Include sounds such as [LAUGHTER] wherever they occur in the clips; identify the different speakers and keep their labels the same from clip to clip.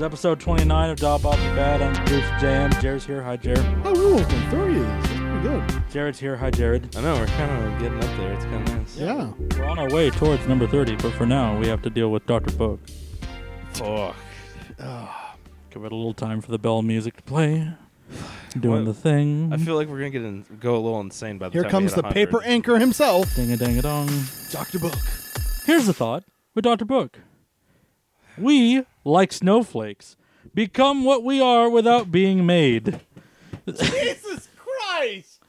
Speaker 1: episode 29 of Dog Bob and Bad. I'm producer JM. Jared's here. Hi, Jared.
Speaker 2: Oh, we're almost done 30 of these. That's pretty good.
Speaker 1: Jared's here. Hi, Jared.
Speaker 3: I know we're kind of getting up there. It's kind of nice.
Speaker 2: Yeah.
Speaker 1: We're on our way towards number 30, but for now, we have to deal with Dr. Book.
Speaker 3: Fuck.
Speaker 1: Give it a little time for the bell music to play. Doing the
Speaker 3: What?
Speaker 1: thing.
Speaker 3: I feel like we're gonna get in, go a little insane by the
Speaker 2: Here
Speaker 3: time
Speaker 2: comes
Speaker 3: we
Speaker 2: the
Speaker 3: hit 100.
Speaker 2: paper anchor himself,
Speaker 1: Ding a dang a dong.
Speaker 2: Dr. Book.
Speaker 1: Here's the thought with Dr. Book. We, like snowflakes, become what we are without being made.
Speaker 2: Jesus Christ!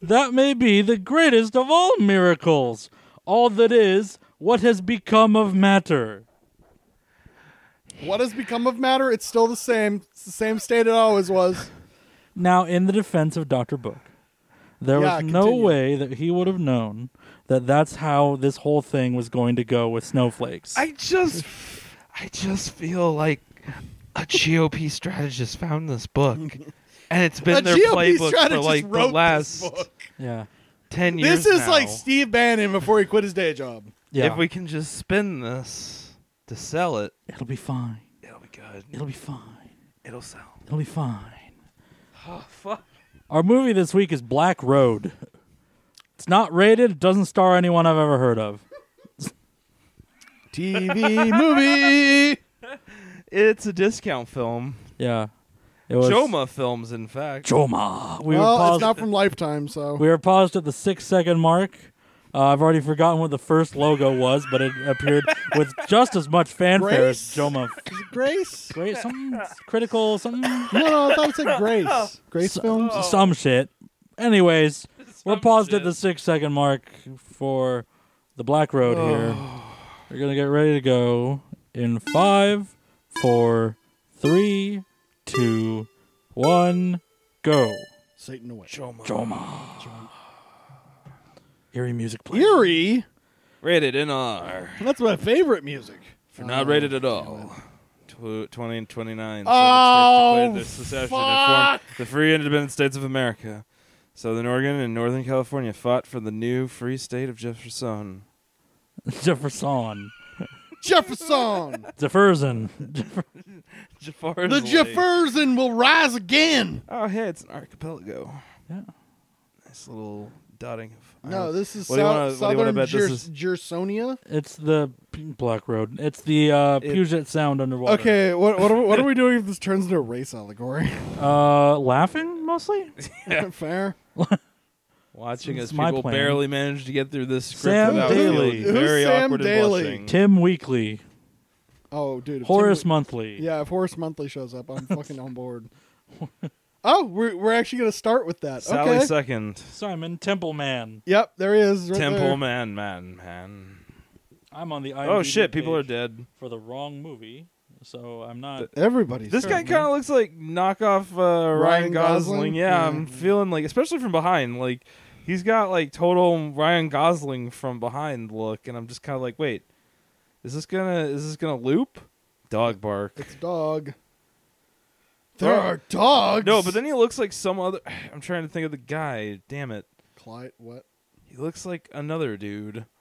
Speaker 1: That may be the greatest of all miracles. All that is, what has become of matter.
Speaker 2: What has become of matter? It's still the same. It's the same state it always was.
Speaker 1: Now, in the defense of Dr. Book, there
Speaker 2: Yeah,
Speaker 1: was no
Speaker 2: continue.
Speaker 1: way that he would have known that that's how this whole thing was going to go with snowflakes.
Speaker 3: I just, I just feel like a GOP strategist found
Speaker 2: [LAUGHS]
Speaker 3: this book, and it's been
Speaker 2: A
Speaker 3: their
Speaker 2: GOP
Speaker 3: playbook for
Speaker 2: strategist
Speaker 3: like
Speaker 2: wrote
Speaker 3: the last
Speaker 2: this book.
Speaker 1: yeah.
Speaker 3: ten years.
Speaker 2: This is
Speaker 3: now.
Speaker 2: like Steve Bannon before he quit his day [LAUGHS] job.
Speaker 1: Yeah.
Speaker 3: If we can just spin this to sell it,
Speaker 1: It'll be fine.
Speaker 3: it'll be good.
Speaker 1: It'll be fine.
Speaker 3: It'll sell.
Speaker 1: It'll be fine.
Speaker 2: Ah,
Speaker 3: Oh fuck.
Speaker 1: Our movie this week is Black Road. It's not rated, it doesn't star anyone I've ever heard of.
Speaker 3: [LAUGHS]
Speaker 2: TV movie.
Speaker 3: It's a discount film.
Speaker 1: Yeah. It was
Speaker 3: Joma Films, in fact.
Speaker 1: Joma. We were
Speaker 2: well,
Speaker 1: paused
Speaker 2: it's not from Lifetime, so
Speaker 1: We were paused at the six second mark. Uh, I've already forgotten what the first logo was, but it appeared with just as much fanfare as
Speaker 2: Grace?
Speaker 1: Joma.
Speaker 2: Is it Grace.
Speaker 1: Great, some critical, some
Speaker 2: No, no, I thought it said [LAUGHS] Grace. Grace films.
Speaker 1: some shit. Anyways, we're
Speaker 3: Some
Speaker 1: paused at
Speaker 3: shit.
Speaker 1: the six second mark for the Black Road here. We're gonna get ready to go in five, four, three, two, one, go.
Speaker 2: Satan away.
Speaker 3: Joma.
Speaker 1: Joma. Eerie music play.
Speaker 2: Eerie.
Speaker 3: Rated in R.
Speaker 2: That's my favorite [LAUGHS] music.
Speaker 3: They're not rated at all. Oh, Tw- 20 and 29.
Speaker 2: Oh,
Speaker 3: Southern states declared their secession and formed the free independent states of America. Southern Oregon and Northern California fought for the new free state of Jefferson.
Speaker 1: Jefferson.
Speaker 2: Jefferson.
Speaker 1: Jefferson.
Speaker 3: Jaffar's
Speaker 2: the
Speaker 3: Lake.
Speaker 2: Jefferson will rise again.
Speaker 3: Oh, hey, it's an archipelago.
Speaker 1: Yeah.
Speaker 3: Nice little dotting of.
Speaker 2: No,
Speaker 3: islands.
Speaker 2: this is
Speaker 3: What do you
Speaker 2: sou-
Speaker 3: wanna- what do you wanna
Speaker 2: southern
Speaker 3: bet this
Speaker 2: Gers-
Speaker 3: is-
Speaker 2: Gersonia.
Speaker 1: It's the P- Black Road. It's the uh,
Speaker 3: It-
Speaker 1: Puget Sound underwater.
Speaker 2: Okay, what what are, what are we doing if this turns into a race
Speaker 3: [LAUGHS]
Speaker 2: allegory?
Speaker 1: Uh, laughing mostly.
Speaker 3: Mm-hmm.
Speaker 2: Fair.
Speaker 3: Watching
Speaker 1: This
Speaker 3: as
Speaker 1: is my
Speaker 3: people
Speaker 1: plan.
Speaker 3: barely managed to get through this script
Speaker 1: Sam
Speaker 3: without
Speaker 1: Daly.
Speaker 3: feeling
Speaker 2: Who's
Speaker 3: very
Speaker 2: Sam
Speaker 3: awkward
Speaker 2: Daly?
Speaker 3: and blushing.
Speaker 1: Tim Weekly.
Speaker 2: Oh, dude. if
Speaker 1: Horace
Speaker 2: Tim-
Speaker 1: Monthly.
Speaker 2: yeah, if Horace Monthly shows up, I'm fucking on
Speaker 3: [LAUGHS]
Speaker 2: board. Oh, we're we're actually gonna start with that.
Speaker 3: Sally
Speaker 2: okay.
Speaker 3: second.
Speaker 1: Simon Templeman.
Speaker 2: Yep, there he is. Right
Speaker 3: Temple
Speaker 2: there.
Speaker 3: man, man, man.
Speaker 1: I'm on the IMDb
Speaker 3: Oh shit, people are
Speaker 1: page
Speaker 3: dead.
Speaker 1: for the wrong movie, so I'm not.
Speaker 2: Everybody's
Speaker 3: This
Speaker 2: there.
Speaker 3: guy kind of looks like knockoff uh, Ryan,
Speaker 2: Ryan
Speaker 3: Gosling.
Speaker 2: Gosling? Mm-hmm.
Speaker 3: Yeah,
Speaker 2: Yeah.
Speaker 3: I'm feeling like, especially from behind, like he's got like total Ryan Gosling from behind look, and I'm just kind of like, wait, is this gonna is this gonna loop? Dog bark.
Speaker 2: It's a dog. There are dogs.
Speaker 3: No, but then he looks like some other. [SIGHS] I'm trying to think of the guy. Damn it,
Speaker 2: Clyde, what?
Speaker 3: he looks like another dude. [LAUGHS]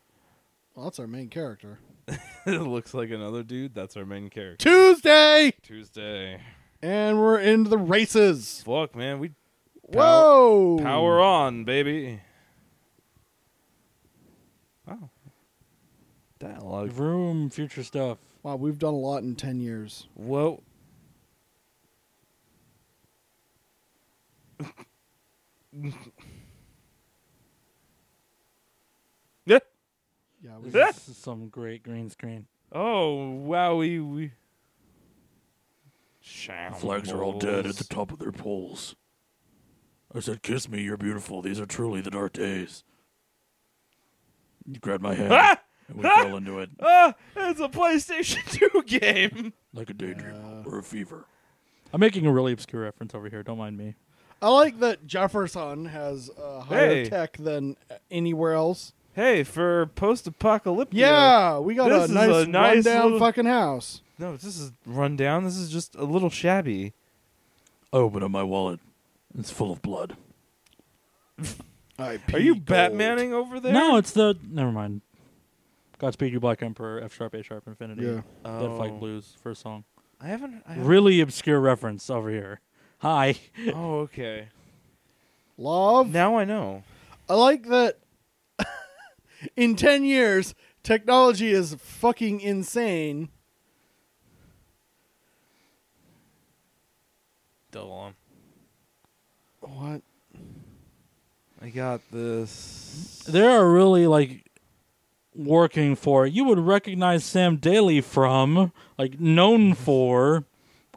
Speaker 2: Well, that's our main character.
Speaker 3: looks like another dude. That's our main character.
Speaker 2: Tuesday,
Speaker 3: Tuesday.
Speaker 2: and we're into the races.
Speaker 3: Fuck, man, we
Speaker 2: Whoa!
Speaker 3: Power on, baby. Wow. Dialogue.
Speaker 1: Vroom, future stuff.
Speaker 2: Wow, we've done a lot in ten years.
Speaker 3: Whoa. Yeah.
Speaker 2: Yeah, we
Speaker 1: This is some great green screen.
Speaker 3: oh, wowie. We...
Speaker 4: Flags are all dead at the top of their poles. I said, Kiss me, you're beautiful. These are truly the dark days. You grabbed my hand,
Speaker 3: [LAUGHS] [LAUGHS] Ah!
Speaker 4: and we
Speaker 3: Ah!
Speaker 4: fell into it
Speaker 3: Ah, it's a PlayStation [LAUGHS] 2 game.
Speaker 4: like a daydream
Speaker 3: Uh,
Speaker 2: Yeah.
Speaker 4: or a fever.
Speaker 1: I'm making a really obscure reference over here. Don't mind me.
Speaker 2: I like that Jefferson has uh, higher
Speaker 3: Hey.
Speaker 2: tech than anywhere else.
Speaker 3: Hey, for post-apocalyptic.
Speaker 2: Yeah, we got
Speaker 3: This
Speaker 2: a
Speaker 3: is
Speaker 2: nice,
Speaker 3: a nice
Speaker 2: rundown
Speaker 3: little-
Speaker 2: fucking house.
Speaker 3: No, this is rundown. This is just a little shabby.
Speaker 4: I open up my wallet. It's full of blood.
Speaker 3: Are you Batmaning over there?
Speaker 1: No, it's the. Never mind. Godspeed You Black Emperor, F sharp, A sharp, Infinity.
Speaker 2: Yeah.
Speaker 1: Dead Flag
Speaker 3: Oh.
Speaker 1: Blues, first song.
Speaker 3: I haven't. I haven't
Speaker 1: Really obscure reference over here. Hi.
Speaker 3: Oh, okay.
Speaker 2: Love.
Speaker 3: Now I know.
Speaker 2: I like that [LAUGHS] in 10 years, technology is fucking insane.
Speaker 3: Double on.
Speaker 2: What?
Speaker 3: I got this.
Speaker 1: They are really like working for it. You would recognize Sam Daly from, like, known for.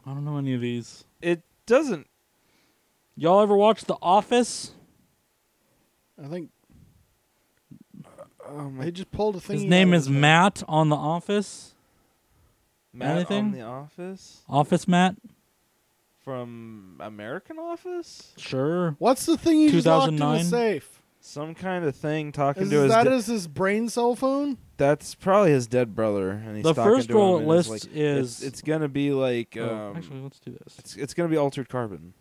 Speaker 1: I don't know any of these.
Speaker 3: It doesn't.
Speaker 1: Y'all ever watch The Office?
Speaker 2: I think
Speaker 3: Oh my.
Speaker 2: they just pulled a thing.
Speaker 1: His name is Matt on The Office.
Speaker 3: Matt
Speaker 1: anything?
Speaker 3: on the Office
Speaker 1: Office Matt?
Speaker 3: from American Office.
Speaker 1: Sure.
Speaker 2: What's the thing he's locked in the
Speaker 1: 2009?
Speaker 2: safe?
Speaker 3: Some kind of thing talking
Speaker 2: Is
Speaker 3: to his.
Speaker 2: that
Speaker 3: de-
Speaker 2: is his brain cell phone?
Speaker 3: that's probably his dead brother. And he's
Speaker 1: The
Speaker 3: talking
Speaker 1: first
Speaker 3: to him
Speaker 1: role it
Speaker 3: and it's
Speaker 1: lists
Speaker 3: like-
Speaker 1: is-
Speaker 3: it's, it's gonna be like
Speaker 1: Oh,
Speaker 3: um,
Speaker 1: actually, let's do this.
Speaker 3: it's it's gonna be altered carbon.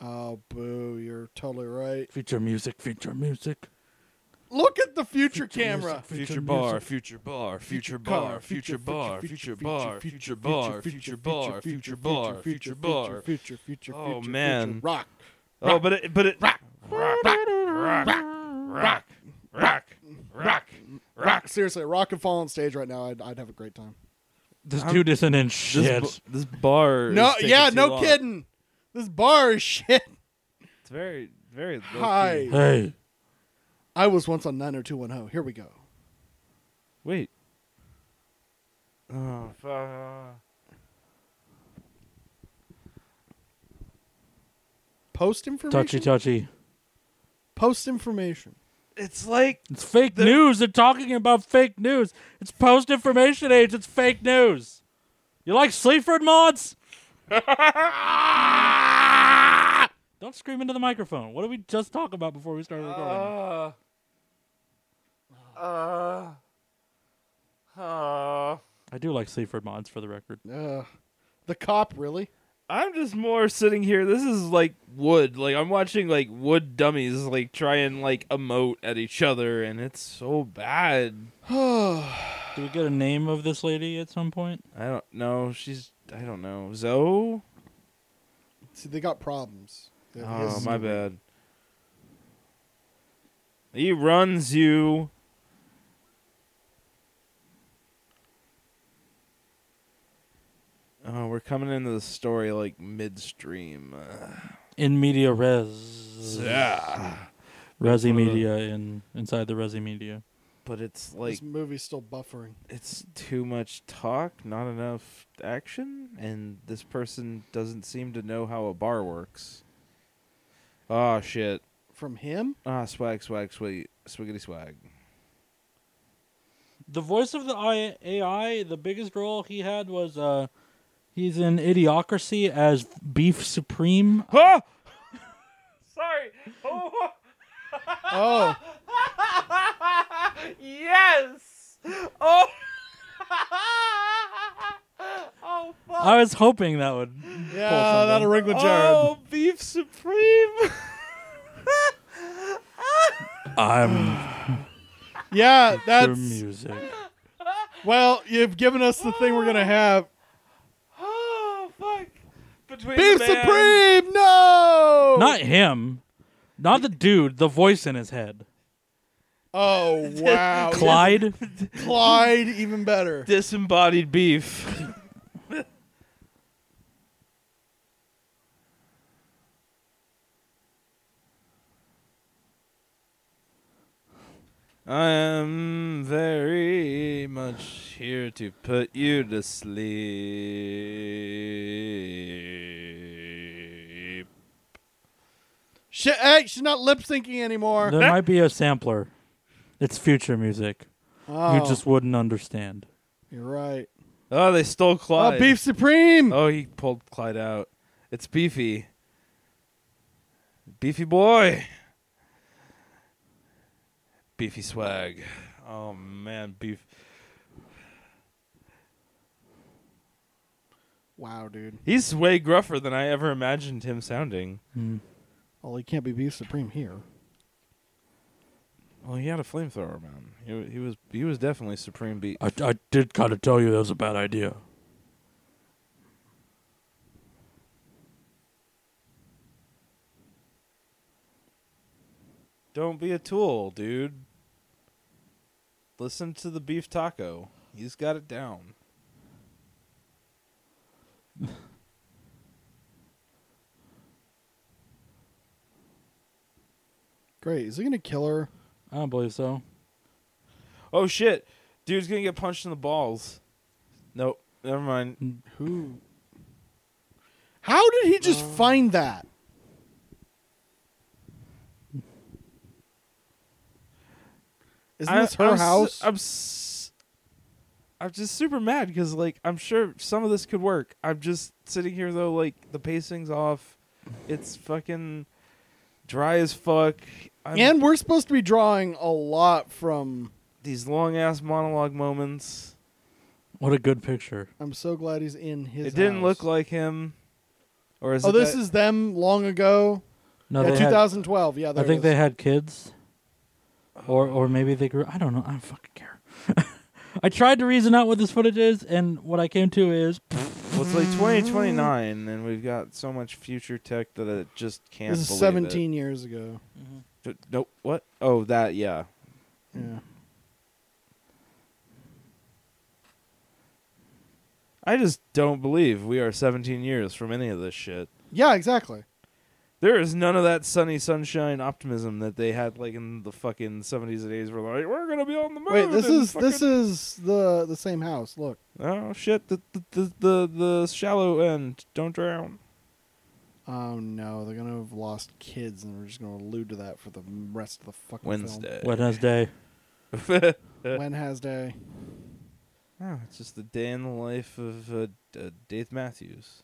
Speaker 2: Oh, boo! You're totally right.
Speaker 4: Feature music, feature music.
Speaker 2: Look at the future camera.
Speaker 4: Future bar,
Speaker 3: future bar, future
Speaker 2: car, future bar, future bar, future bar, future bar, future bar, future bar, future future.
Speaker 3: Oh,
Speaker 2: future,
Speaker 3: man.
Speaker 2: future. rock.
Speaker 3: Oh, but it, but it rock, rock, rock, rock, rock, rock, rock.
Speaker 2: Seriously, rock and fall on stage right now. I'd, I'd have a great time.
Speaker 1: This
Speaker 3: I'm-
Speaker 1: dude isn't in
Speaker 3: This,
Speaker 1: shit.
Speaker 3: b- this bar. is
Speaker 2: No,
Speaker 3: taking
Speaker 2: yeah,
Speaker 3: too
Speaker 2: no
Speaker 3: long.
Speaker 2: kidding. This bar is [LAUGHS] shit.
Speaker 3: It's very, very. low-key.
Speaker 2: Hi.
Speaker 1: hey.
Speaker 2: I was once on 90210. Here we go.
Speaker 3: Wait. Oh, fuck.
Speaker 2: Post information.
Speaker 1: Touchy, touchy.
Speaker 2: Post information.
Speaker 3: It's like
Speaker 1: It's fake news. They're talking about fake news. It's post information age. It's fake news. You like Sleaford
Speaker 3: [LAUGHS]
Speaker 1: mods? Don't scream into the microphone. What did we just talk about before we started recording?
Speaker 3: Uh, uh, uh,
Speaker 1: I do like Sleaford mods for the record.
Speaker 2: Uh, the cop really? [SIGHS]
Speaker 3: I'm just more sitting here. This is like wood. Like I'm watching like wood dummies like try and like emote at each other, and it's so bad.
Speaker 1: Do we get a name of this lady at some point?
Speaker 3: I don't know. She's I don't know. Zoe.
Speaker 2: See, they got problems. They're-
Speaker 3: Oh
Speaker 2: his-
Speaker 3: my bad. He runs you. Oh, we're coming into the story like midstream.
Speaker 1: In media res.
Speaker 3: Yeah.
Speaker 1: Resi media in inside the Resi media.
Speaker 3: But it's
Speaker 2: This
Speaker 3: like
Speaker 2: movie's still buffering.
Speaker 3: it's too much talk, not enough action, and this person doesn't seem to know how a bar works. Oh shit.
Speaker 2: From him?
Speaker 3: Ah, swag, swag, sweet, swiggity swag.
Speaker 1: The voice of the I- AI, the biggest role he had was uh, he's in Idiocracy as Beef Supreme.
Speaker 3: Huh? Sorry. Oh.
Speaker 2: Oh,
Speaker 3: yes. [LAUGHS] Oh. oh fuck.
Speaker 1: I was hoping that would.
Speaker 2: yeah, that'll ring the jar.
Speaker 3: Oh, beef supreme. [LAUGHS]
Speaker 1: I'm
Speaker 2: Yeah, that's
Speaker 1: music.
Speaker 2: well. You've given us the thing we're gonna have.
Speaker 3: oh fuck. Between
Speaker 2: Beef
Speaker 3: the man-
Speaker 2: Supreme. No.
Speaker 1: [LAUGHS] Not him, not the dude. The voice in his head.
Speaker 2: Oh
Speaker 3: [LAUGHS]
Speaker 2: wow.
Speaker 1: Clyde. [LAUGHS]
Speaker 2: Clyde, even
Speaker 3: [LAUGHS]
Speaker 2: better.
Speaker 3: disembodied beef. I'm very much here to put you to sleep.
Speaker 2: She, hey, she's not lip syncing anymore.
Speaker 1: there might be a sampler. It's future music.
Speaker 2: Oh,
Speaker 1: You just wouldn't understand.
Speaker 2: You're right.
Speaker 3: Oh, they stole Clyde.
Speaker 2: Oh, Beef Supreme.
Speaker 3: [LAUGHS] Oh, he pulled Clyde out. It's Beefy. Beefy boy. Beefy swag. Oh man, beef.
Speaker 2: Wow, dude.
Speaker 3: He's way gruffer than I ever imagined him sounding.
Speaker 1: Hmm.
Speaker 2: Well, he can't be Beef Supreme here.
Speaker 3: Well, he had a flamethrower, man. He, wa- he was he was definitely supreme beef.
Speaker 4: I, I did kind of tell you that was a bad idea.
Speaker 3: Don't be a tool, dude. Listen to the beef taco. He's got it down.
Speaker 2: Great. Is he gonna kill her?
Speaker 1: I don't believe so.
Speaker 3: Oh shit. Dude's gonna get punched in the balls. Nope. Never mind.
Speaker 2: Who? How did he
Speaker 3: Uh.
Speaker 2: just find that? Isn't
Speaker 3: I-
Speaker 2: this her
Speaker 3: I'm s-
Speaker 2: house?
Speaker 3: I'm s- I'm just super mad because like I'm sure some of this could work. I'm just sitting here though, like the pacing's off. It's fucking dry as fuck. I'm,
Speaker 2: and we're supposed to be drawing a lot from.
Speaker 3: these long ass monologue moments.
Speaker 1: What a good picture.
Speaker 2: I'm so glad he's in his.
Speaker 3: it didn't look
Speaker 2: house.
Speaker 3: like him. Or is
Speaker 2: Oh,
Speaker 3: it
Speaker 2: this
Speaker 3: that-
Speaker 2: is them long ago.
Speaker 1: No,
Speaker 2: yeah,
Speaker 1: they had,
Speaker 2: 2012. yeah,
Speaker 1: I
Speaker 2: there it
Speaker 1: think they
Speaker 2: is.
Speaker 1: had kids, or or maybe they grew. I don't know. I don't fucking care. [LAUGHS] I tried to reason out what this footage is, and what I came to is
Speaker 3: well, it's like 2029, and we've got so much future tech that it just can't.
Speaker 2: This
Speaker 3: believe
Speaker 2: is
Speaker 3: it.
Speaker 2: 17 years ago.
Speaker 3: D- Nope. What? Oh, that. Yeah.
Speaker 2: Yeah.
Speaker 3: I just don't believe we are 17 years from any of this shit.
Speaker 2: Yeah, exactly.
Speaker 3: There is none of that sunny sunshine optimism that they had like in the fucking 70s and 80s. Where like we're gonna be on the moon.
Speaker 2: Wait, this
Speaker 3: and
Speaker 2: is this
Speaker 3: fucking-
Speaker 2: is the the same house. Look.
Speaker 3: Oh shit! The the, the the the shallow end. Don't drown.
Speaker 2: Oh no, they're gonna have lost kids, and we're just gonna allude to that for the rest of the fucking
Speaker 3: [LAUGHS] Wednesday.
Speaker 1: Wednesday.
Speaker 2: Film. Wednesday.
Speaker 3: Oh, it's just the day in the life of uh, D- uh, Dave Matthews.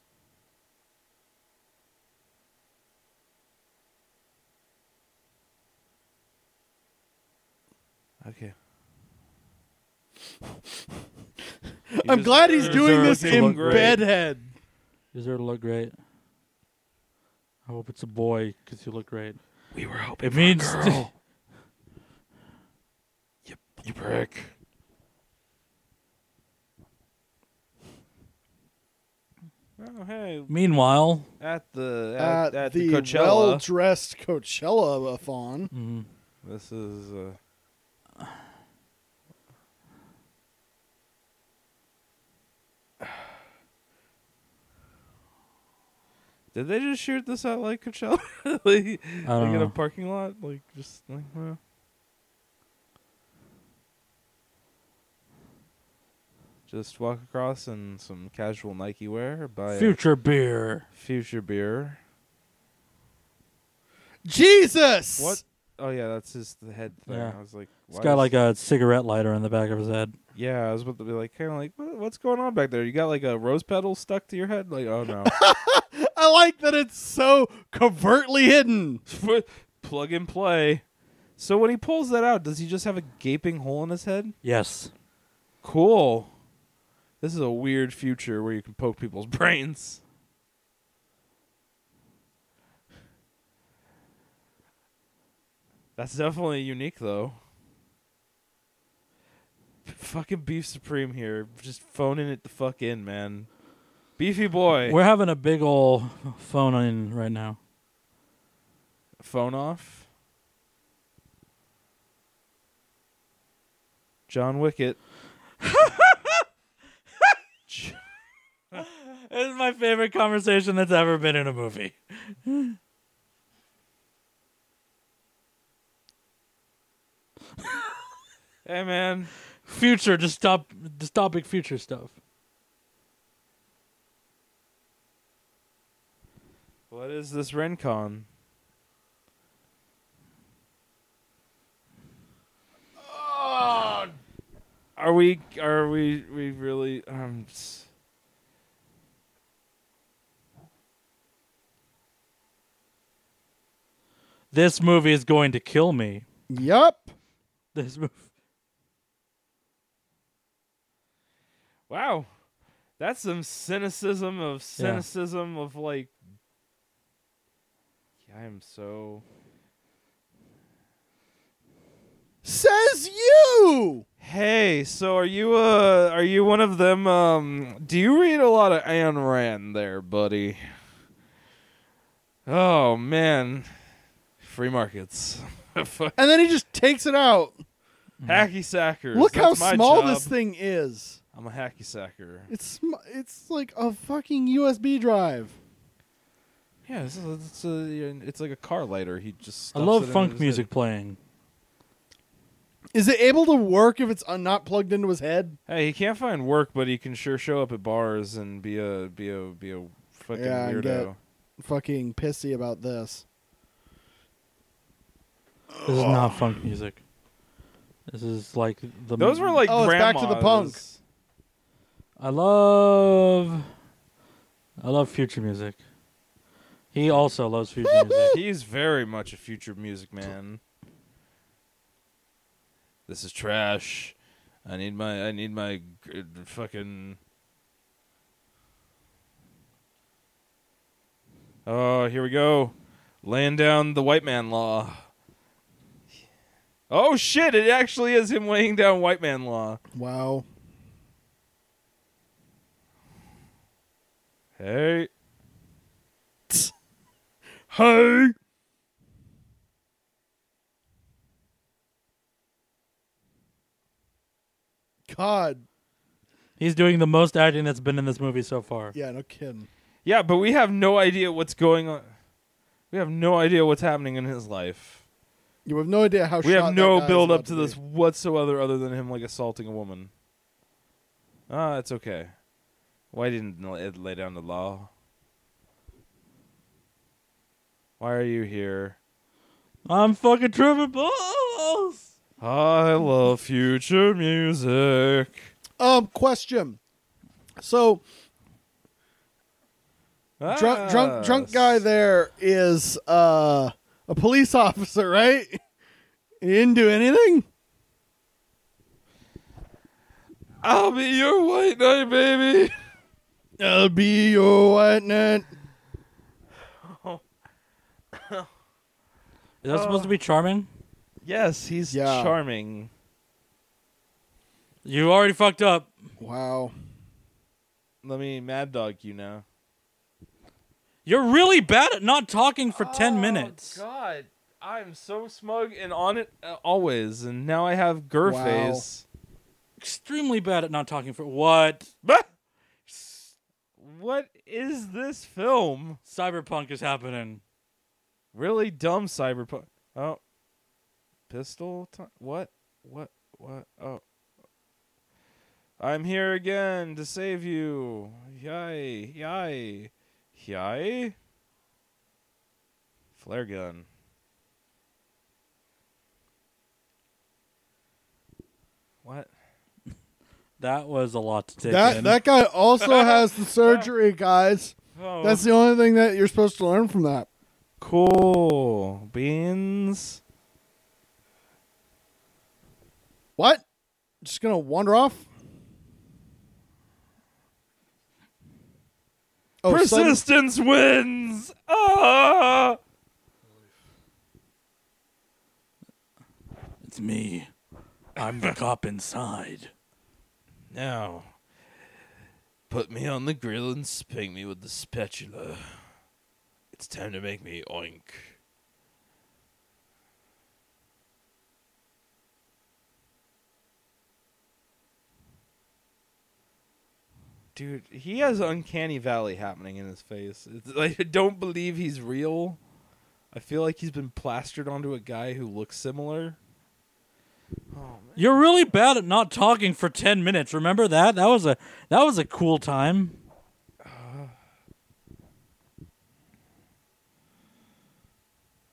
Speaker 3: Okay. You
Speaker 2: I'm
Speaker 3: just
Speaker 2: glad he's doing
Speaker 1: deserve
Speaker 2: this
Speaker 1: to
Speaker 2: in
Speaker 1: look great.
Speaker 2: bedhead.
Speaker 1: Does her look great? I hope it's a boy because you look great.
Speaker 4: We were hoping.
Speaker 1: It means
Speaker 4: girl. you, you prick.
Speaker 3: Oh hey!
Speaker 1: [LAUGHS] Meanwhile,
Speaker 3: At the
Speaker 2: At
Speaker 3: at, at
Speaker 2: the,
Speaker 3: the, Coachella.
Speaker 2: well-dressed Coachella-a-thon.
Speaker 1: mhm.
Speaker 3: this is. Uh, [SIGHS] Did they just shoot this at like Coachella? [LAUGHS] like,
Speaker 1: I
Speaker 3: like
Speaker 1: don't
Speaker 3: in a
Speaker 1: know.
Speaker 3: parking lot, like just like. well. Just walk across in some casual Nike wear. Buy future,
Speaker 1: Future beer.
Speaker 3: future beer.
Speaker 2: Jesus.
Speaker 3: What? Oh yeah, that's his the head thing.
Speaker 1: Yeah.
Speaker 3: I was like,
Speaker 1: He's
Speaker 3: why
Speaker 1: got
Speaker 3: is-
Speaker 1: like a cigarette lighter on the back of his head.
Speaker 3: Yeah, I was about to be like, kind of like, what, what's going on back there? You got like a rose petal stuck to your head? Like, oh
Speaker 1: [LAUGHS]
Speaker 3: no.
Speaker 2: I like that it's so covertly hidden.
Speaker 3: Plug and play. So when he pulls that out, does he just have a gaping hole in his head?
Speaker 1: Yes.
Speaker 3: Cool. This is a weird future where you can poke people's [LAUGHS] brains. That's definitely unique, though. Fucking Beef Supreme here, just phoning it the fuck in, man. Beefy boy,
Speaker 1: We're having a big ol' phone in right now.
Speaker 3: phone off. John Wicket. J-
Speaker 1: This is my favorite conversation that's ever been in a movie.
Speaker 3: Hey, man.
Speaker 1: Future, just stop, dystopic future stuff.
Speaker 3: What is this Rencon?
Speaker 2: Oh!
Speaker 3: Are we? Are we? We really? Um. s-
Speaker 1: This movie is going to kill me.
Speaker 2: Yup.
Speaker 1: This movie.
Speaker 3: Wow, that's some cynicism of cynicism of like. I am so
Speaker 2: Says you.
Speaker 3: Hey, so are you uh are you one of them um do you read a lot of Ayn Rand there, buddy? Oh man. Free markets. [LAUGHS] Fuck.
Speaker 2: And then he just takes it out.
Speaker 3: hacky sackers.
Speaker 2: Look how
Speaker 3: That's my
Speaker 2: small
Speaker 3: job.
Speaker 2: this thing is.
Speaker 3: I'm a hacky sacker.
Speaker 2: It's sm- it's like a fucking USB drive.
Speaker 3: Yeah, it's, it's, a, it's like a car lighter. He just.
Speaker 1: I
Speaker 3: stuffs it
Speaker 1: love
Speaker 3: in
Speaker 1: funk
Speaker 3: his
Speaker 1: music playing.
Speaker 2: Is it able to work if it's un- not plugged into his head?
Speaker 3: head. Hey, he can't find work, but he can sure show up at bars and be a be a be a fucking
Speaker 2: Yeah, I
Speaker 3: weirdo.
Speaker 2: get- Fucking pissy about this.
Speaker 1: This is not funk music. This is like the
Speaker 3: Those were like
Speaker 2: Oh, it's Back to the Punk.
Speaker 3: grandmas.
Speaker 1: I love I love future music. He also loves [LAUGHS] future music.
Speaker 3: He's very much a future music man. This is trash. I need my I need my g- fucking. Oh, here we go. Laying down the white man law. Oh shit, it actually is him laying down white man law.
Speaker 2: Wow.
Speaker 3: Hey. [LAUGHS]
Speaker 2: Hey. God.
Speaker 1: He's doing the most acting that's been in this movie so far.
Speaker 2: Yeah, no kidding.
Speaker 3: Yeah, but we have no idea what's going on. We have no idea what's happening in his life.
Speaker 2: You have no idea how shot
Speaker 3: we have
Speaker 2: that
Speaker 3: no
Speaker 2: guy is
Speaker 3: build
Speaker 2: about
Speaker 3: up to this
Speaker 2: be.
Speaker 3: whatsoever other than him like assaulting a woman ah it's okay why didn't it lay down the law why are you here
Speaker 1: I'm fucking tripping balls.
Speaker 3: i love future music
Speaker 2: Um, question. So drunk,
Speaker 3: Ah,
Speaker 2: drunk, drunk guy there is uh, a police [LAUGHS] officer, right? He didn't do anything.
Speaker 3: i'll be your white
Speaker 2: [LAUGHS]
Speaker 3: knight baby
Speaker 2: I'll be your white knight.
Speaker 1: Is that supposed to be charming?
Speaker 3: yes he's
Speaker 2: Yeah.
Speaker 3: charming
Speaker 1: You already fucked up.
Speaker 2: Wow.
Speaker 3: let me mad dog you now
Speaker 1: You're really bad at not talking for 10 minutes.
Speaker 3: Oh, god i'm so smug and on it uh, always and now i have gur
Speaker 2: Wow.
Speaker 3: face
Speaker 1: Extremely bad at not talking for what?
Speaker 3: Bah! what is this film?
Speaker 1: Cyberpunk is happening.
Speaker 3: Really dumb cyberpunk. Oh, pistol. T- what? What? What? Oh, I'm here again to save you. Yay! Yay! Yay! Flare gun. What?
Speaker 1: That was a lot to take
Speaker 2: That
Speaker 1: in.
Speaker 2: that guy also
Speaker 1: [LAUGHS]
Speaker 2: has the surgery, guys.
Speaker 3: Oh.
Speaker 2: That's the only thing that you're supposed to learn from that.
Speaker 3: cool. Beans.
Speaker 2: What? Just gonna wander off? Oh, sudden-
Speaker 3: Persistence wins. Ah!
Speaker 4: It's me. I'm the cop inside.
Speaker 3: Now, put me on the grill and spank me with the spatula. It's time to make me oink. Dude, he has uncanny valley happening in his face. It's like, I don't believe he's real. I feel like he's been plastered onto a guy who looks similar.
Speaker 1: You're really bad at not talking for 10 minutes. Remember that? That was a that was a cool time.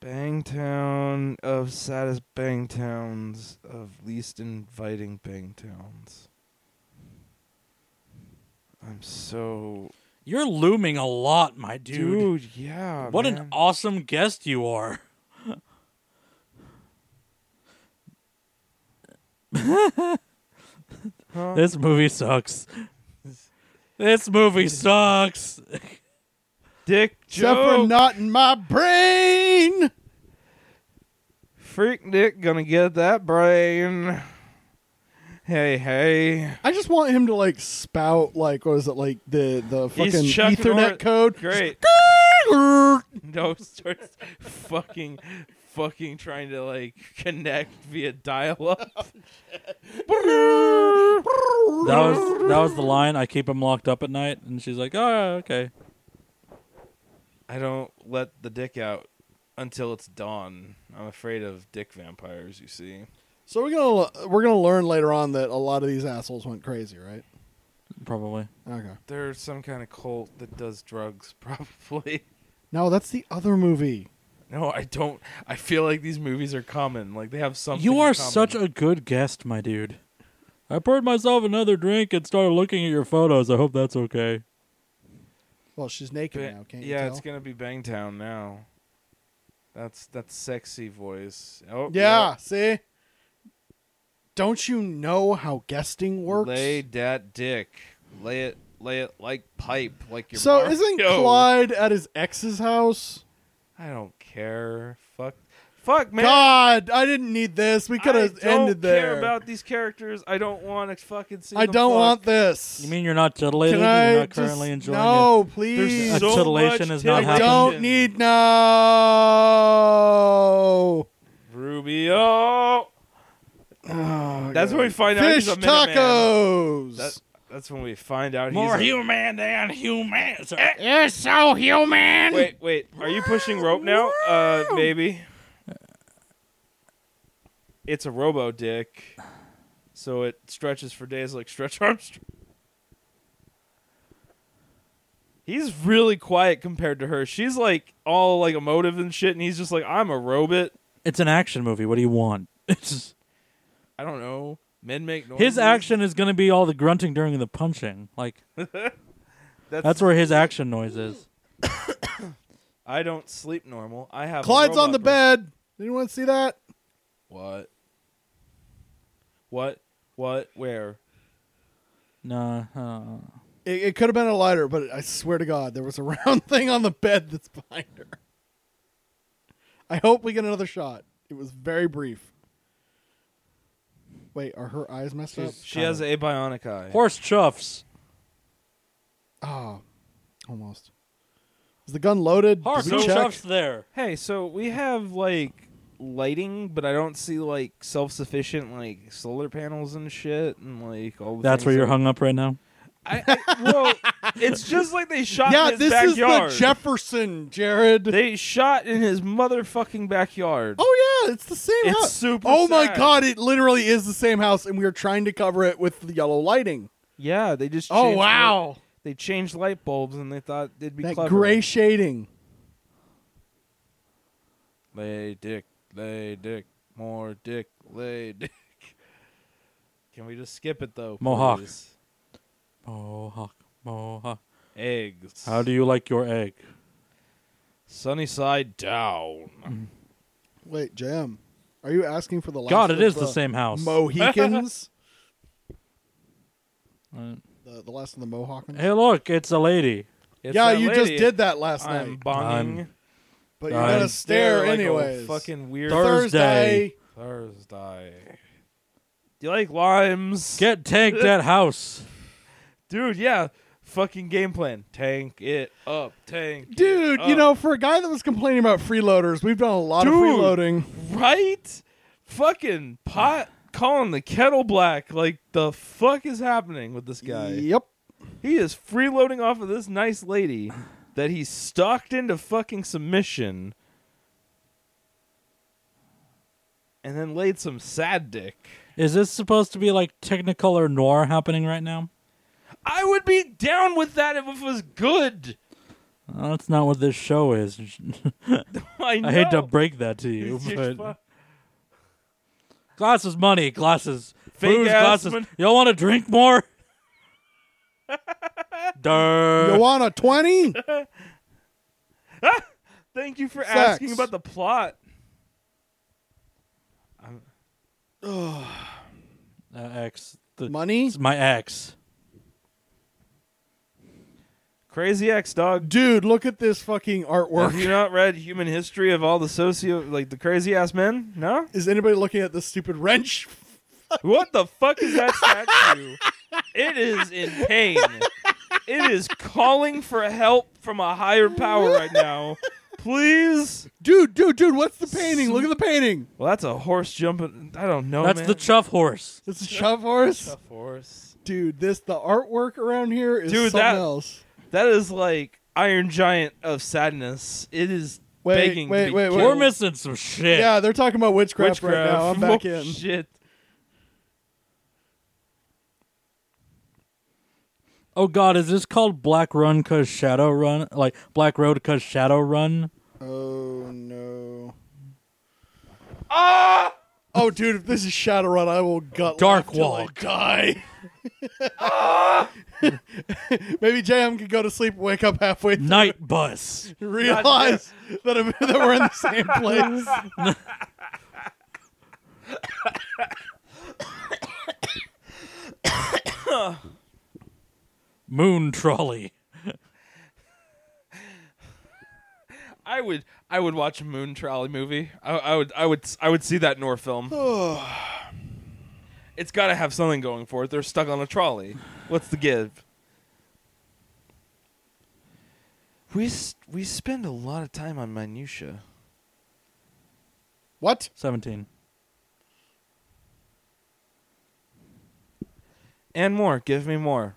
Speaker 3: Bangtown of saddest bangtowns of least inviting bangtowns. I'm so
Speaker 1: You're looming a lot, my dude.
Speaker 3: dude. yeah,
Speaker 1: what an
Speaker 3: man.
Speaker 1: awesome guest you are.
Speaker 3: Huh?
Speaker 1: This movie sucks. This movie sucks.
Speaker 3: dick
Speaker 2: Except for
Speaker 3: joke.
Speaker 2: not in my brain.
Speaker 3: Freak Nick gonna get that brain. Hey, hey.
Speaker 2: I just want him to like spout like what is it like the the fucking [LAUGHS]
Speaker 3: Chuck
Speaker 2: Ethernet
Speaker 3: Norris.
Speaker 2: code?
Speaker 3: Great. [LAUGHS] no starts fucking fucking trying to like connect via dial up.
Speaker 1: That was that was the line. I keep him locked up at night, and she's like, "Oh, okay."
Speaker 3: I don't let the dick out until it's dawn. I'm afraid of dick vampires, you see.
Speaker 2: So we're gonna we're gonna learn later on that a lot of these assholes went crazy, right?
Speaker 1: Probably.
Speaker 2: Okay.
Speaker 3: There's some kind of cult that does drugs, [LAUGHS] probably.
Speaker 2: No, that's the other movie.
Speaker 3: No, I don't. I feel like these movies are common. Like they have something.
Speaker 1: you
Speaker 3: in
Speaker 1: are
Speaker 3: common.
Speaker 1: such a good guest, my dude. I poured myself another drink and started looking at your photos. I hope that's okay.
Speaker 2: Well, she's naked
Speaker 3: Ba-
Speaker 2: now. Can't you
Speaker 3: yeah,
Speaker 2: tell?
Speaker 3: it's gonna be Bangtown now. That's that's sexy voice. Oh
Speaker 2: yeah, see. Don't you know how guesting works?
Speaker 3: Lay that dick. Lay it. Lay it like pipe. Like your.
Speaker 2: so isn't
Speaker 3: Mario.
Speaker 2: Clyde at his ex's house?
Speaker 3: I don't care. Fuck. Fuck man.
Speaker 2: God, I didn't need this. We could have
Speaker 3: I don't
Speaker 2: ended
Speaker 3: care
Speaker 2: there.
Speaker 3: about these characters. I don't want to fucking see.
Speaker 2: I
Speaker 3: them
Speaker 2: don't
Speaker 3: fuck.
Speaker 2: want this.
Speaker 1: You mean you're not titillated?
Speaker 2: Can I
Speaker 1: you're not
Speaker 2: just,
Speaker 1: currently enjoying
Speaker 2: No,
Speaker 1: it.
Speaker 2: please.
Speaker 1: A
Speaker 3: so
Speaker 1: titillation
Speaker 3: much
Speaker 1: is
Speaker 2: I
Speaker 1: not
Speaker 3: titillation.
Speaker 1: happening.
Speaker 2: don't need no.
Speaker 3: Rubio. That's when we find out
Speaker 2: Fish
Speaker 3: he's a Minuteman.
Speaker 2: tacos.
Speaker 3: That- that's when we find out
Speaker 1: More
Speaker 3: he's a-
Speaker 1: human than human.
Speaker 2: You're so human.
Speaker 3: Wait, wait. Are you pushing rope now? Uh, maybe. It's a robo dick, so it stretches for days like Stretch Armstrong. He's really quiet compared to her. She's like all like emotive and shit, and he's just like, "I'm a robot."
Speaker 1: It's an action movie. What do you want? [LAUGHS] It's-
Speaker 3: I don't know. Men make noises.
Speaker 1: his action is going to be all the grunting during the punching. Like
Speaker 3: That's,
Speaker 1: that's where his action noise is.
Speaker 3: I don't sleep normal. I have. a
Speaker 2: Clyde's on
Speaker 3: robot
Speaker 2: the
Speaker 3: brain.
Speaker 2: bed. Anyone see that?
Speaker 3: What? What? What? Where?
Speaker 1: Nah. uh,
Speaker 2: It, it could have been a lighter, but I swear to God, there was a [LAUGHS] round thing on the bed that's behind her. I hope we get another shot. It was very brief. Wait, are her eyes messed up?
Speaker 3: She's, she has a bionic eye.
Speaker 1: horse chuffs.
Speaker 2: Oh, almost. Is the gun loaded?
Speaker 1: Horse
Speaker 2: Did we check?
Speaker 1: chuffs there.
Speaker 3: Hey, so we have like lighting, but I don't see like self-sufficient like solar panels and shit, and like all. The
Speaker 1: That's
Speaker 3: things
Speaker 1: where you're
Speaker 3: that-
Speaker 1: hung up right now.
Speaker 3: I, I, well, it's just like they shot.
Speaker 2: Yeah,
Speaker 3: in his
Speaker 2: this
Speaker 3: backyard.
Speaker 2: is the Jefferson, Jared.
Speaker 3: They shot in his motherfucking backyard.
Speaker 2: oh yeah, it's the same
Speaker 3: It's
Speaker 2: house.
Speaker 3: super
Speaker 2: oh my
Speaker 3: sad.
Speaker 2: God, it literally is the same house, and we are trying to cover it with the yellow lighting.
Speaker 3: yeah, they just.
Speaker 2: Oh
Speaker 3: changed
Speaker 2: wow.
Speaker 3: light- they changed light bulbs, and they thought it'd be
Speaker 2: that
Speaker 3: clever.
Speaker 2: gray shading.
Speaker 3: lay dick, lay dick, more dick, lay [LAUGHS] dick. Can we just skip it though?
Speaker 1: Mohawk.
Speaker 3: please?
Speaker 1: Mohawk, mohawk.
Speaker 3: Eggs.
Speaker 1: How do you like your egg?
Speaker 3: Sunny side down.
Speaker 2: Wait, Jam, are you asking for the last?
Speaker 1: God,
Speaker 2: of
Speaker 1: it is the same house. [LAUGHS]
Speaker 3: [LAUGHS]
Speaker 2: Mohicans.
Speaker 1: Uh,
Speaker 2: the, the last of the Mohawkans.
Speaker 1: Hey, look, it's a lady.
Speaker 3: It's
Speaker 2: yeah,
Speaker 3: that
Speaker 2: you just
Speaker 3: lady.
Speaker 2: did that last
Speaker 3: I'm
Speaker 2: night,
Speaker 3: bonging.
Speaker 1: I'm-
Speaker 2: but you're
Speaker 1: I'm
Speaker 2: gonna stare
Speaker 3: like a
Speaker 2: anyways.
Speaker 3: fucking weird
Speaker 1: Thur- Thursday.
Speaker 2: Thursday.
Speaker 3: Thursday. Do you like limes?
Speaker 1: Get tanked at house.
Speaker 3: dude. Yeah, fucking game plan. Tank it up. Tank.
Speaker 2: Dude,
Speaker 3: it
Speaker 2: you
Speaker 3: up.
Speaker 2: know, for a guy that was complaining about freeloaders, we've done a lot
Speaker 3: Oh. Dude.
Speaker 2: of freeloading.
Speaker 3: right? Fucking pot calling the kettle black. Like the fuck is happening with this guy?
Speaker 2: Yep.
Speaker 3: He is freeloading off of this nice lady that he stalked into fucking submission and then laid some sad dick.
Speaker 1: Is this supposed to be like Technicolor Noir happening right now?
Speaker 3: I would be down with that if it was good.
Speaker 1: Uh, that's not what this show is. [LAUGHS]
Speaker 3: I, know.
Speaker 1: I hate to break that to
Speaker 3: [LAUGHS]
Speaker 1: you,
Speaker 3: You're fu-
Speaker 1: but glass is money. Glasses,
Speaker 3: Fake
Speaker 1: booze,
Speaker 3: ass
Speaker 1: glasses.
Speaker 3: mon-
Speaker 1: Y'all want to drink
Speaker 3: [LAUGHS]
Speaker 1: more?
Speaker 2: You
Speaker 1: Durr.
Speaker 2: want a 20?
Speaker 3: Thank you for
Speaker 2: Sex.
Speaker 3: asking about the plot. I'm,
Speaker 1: Uh, ex. The,
Speaker 2: Money?
Speaker 1: it's my ex.
Speaker 3: crazy ex dog.
Speaker 2: Dude, look at this fucking
Speaker 3: Have
Speaker 2: artwork.
Speaker 3: you not read Human History of all the socio like the crazy ass men? No?
Speaker 2: [LAUGHS] Is anybody looking at this stupid wrench?
Speaker 3: What the fuck is that statue? it is in pain. It is calling for help from a higher power right now. please?
Speaker 2: Dude, dude, dude, what's the painting? Look at the painting.
Speaker 3: Well, that's a horse jumping. I don't know.
Speaker 1: That's
Speaker 3: Oh, man.
Speaker 1: the chuff horse.
Speaker 2: It's a shove horse.
Speaker 3: Chuff horse.
Speaker 2: Dude, this the artwork around here is
Speaker 3: Dude,
Speaker 2: something
Speaker 3: that-
Speaker 2: else.
Speaker 3: That is like Iron Giant of sadness. It is
Speaker 2: Wait,
Speaker 3: begging.
Speaker 2: wait,
Speaker 3: to be
Speaker 2: wait, wait.
Speaker 1: We're
Speaker 3: killed.
Speaker 1: missing some shit.
Speaker 2: Yeah, they're talking about witchcraft,
Speaker 3: Witchcraft.
Speaker 2: right now. I'm
Speaker 3: [LAUGHS]
Speaker 2: back
Speaker 3: Oh,
Speaker 2: in.
Speaker 3: Shit.
Speaker 1: Oh God, is this called Black Run cause Shadow Run? Like Black Road cause Shadow Run?
Speaker 2: Oh no.
Speaker 3: Ah!
Speaker 2: Oh, dude, if this is Shadowrun, I will gut
Speaker 1: Dark
Speaker 2: laugh till I
Speaker 1: Walk.
Speaker 2: Die. [LAUGHS] Maybe JM could go to sleep, wake up halfway through,
Speaker 1: Night Bus.
Speaker 2: realize that, I'm- that we're in the same place.
Speaker 1: Moon Trolley.
Speaker 3: I would I would watch a Moon Trolley movie. I, I would I would I would see that Nor film. it's got to have something going for it. They're stuck on a trolley. What's the give? We s- we spend a lot of time on minutia.
Speaker 2: what?
Speaker 1: Seventeen.
Speaker 3: And more. Give me more.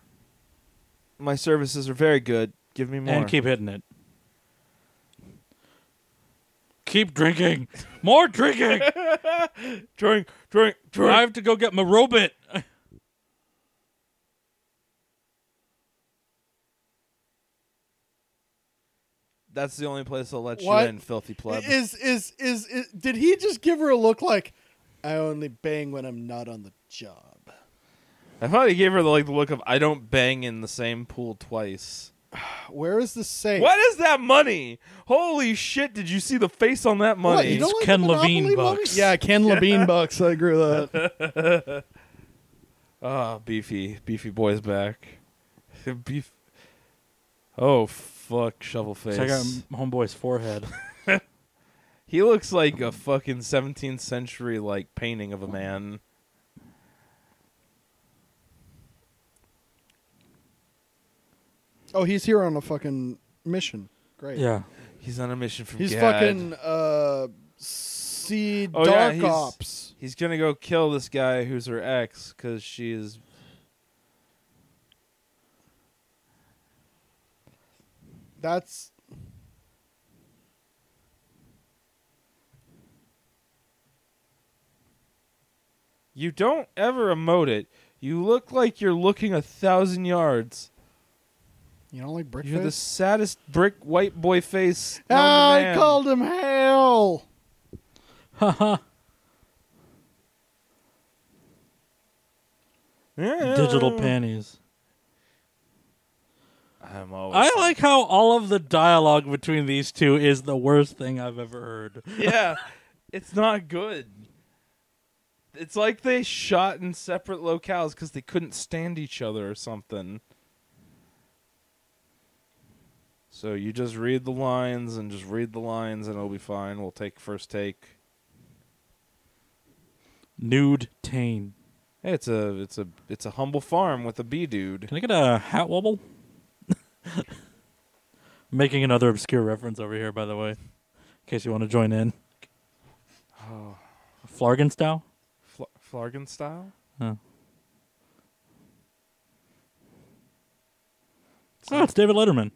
Speaker 3: My services are very good. Give me more.
Speaker 1: And keep hitting it. Keep drinking. More [LAUGHS] drinking.
Speaker 3: drink, drink, drink.
Speaker 1: I have to go get my robot.
Speaker 3: That's the only place I'll let
Speaker 2: What?
Speaker 3: you in, filthy pleb.
Speaker 2: Is, is is is did he just give her a look like I only bang when I'm not on the job?
Speaker 3: I thought he gave her the, like the look of I don't bang in the same pool twice.
Speaker 2: Where is the safe?
Speaker 3: What is that money? Holy shit! Did you see the face on that
Speaker 2: What,
Speaker 3: money?
Speaker 2: you don't
Speaker 1: It's
Speaker 2: like
Speaker 1: Ken
Speaker 2: the Monopoly
Speaker 1: Levine
Speaker 2: money?
Speaker 1: bucks.
Speaker 2: Yeah, Ken Levine bucks. I agree with
Speaker 3: [LAUGHS]
Speaker 2: that.
Speaker 3: Ah, beefy, beefy boy's back. [LAUGHS] Beef. Oh fuck, shovel face.
Speaker 1: Check out homeboy's forehead.
Speaker 3: He looks like a fucking 17th century like painting of a man.
Speaker 2: Oh, he's here on a fucking mission.
Speaker 1: [LAUGHS]
Speaker 2: Great.
Speaker 1: yeah.
Speaker 3: He's on a mission from
Speaker 2: He's
Speaker 3: God.
Speaker 2: fucking uh sea
Speaker 3: Oh, yeah,
Speaker 2: dark
Speaker 3: he's-
Speaker 2: ops.
Speaker 3: He's gonna go kill this guy who's her ex because she is.
Speaker 2: That's
Speaker 3: You don't ever emote it. You look like you're looking a thousand yards.
Speaker 2: you don't like brick
Speaker 3: You're the
Speaker 2: face?
Speaker 3: saddest brick white boy face. known to
Speaker 2: Ah, I
Speaker 3: man.
Speaker 2: called him hell.
Speaker 3: Yeah.
Speaker 1: Digital panties.
Speaker 3: I'm always.
Speaker 1: I like how all of the dialogue between these two is the worst thing I've ever heard.
Speaker 3: [LAUGHS] yeah, it's not good. It's like they shot in separate locales because they couldn't stand each other or something. So you just read the lines and just read the lines and it'll be fine. We'll take first take.
Speaker 1: Nude Tane.
Speaker 3: Hey, it's a it's a it's a humble farm with a bee dude.
Speaker 1: Can I get a hat wobble? [LAUGHS] Making another obscure reference over here, by the way, in case you want to join in.
Speaker 3: Oh,
Speaker 1: Flargen style?
Speaker 3: Fl- Flargen style.
Speaker 1: Oh. Oh, it's David Letterman.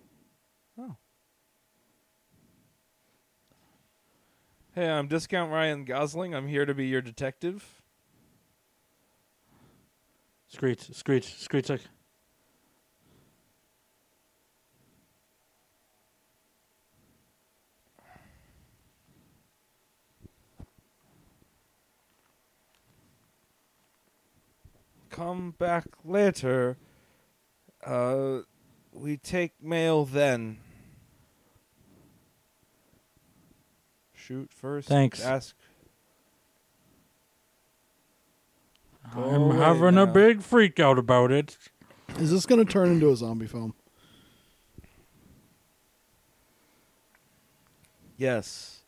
Speaker 3: Hey, I'm Discount Ryan Gosling. I'm here to be your detective.
Speaker 1: Screech, screech, screech. Like,
Speaker 3: come back later. Uh, we take mail then. Shoot first.
Speaker 1: Thanks.
Speaker 3: Ask. Go
Speaker 1: I'm
Speaker 3: away
Speaker 1: having a
Speaker 3: now.
Speaker 1: big freak out about it.
Speaker 2: Is this gonna turn into a zombie film?
Speaker 3: Yes.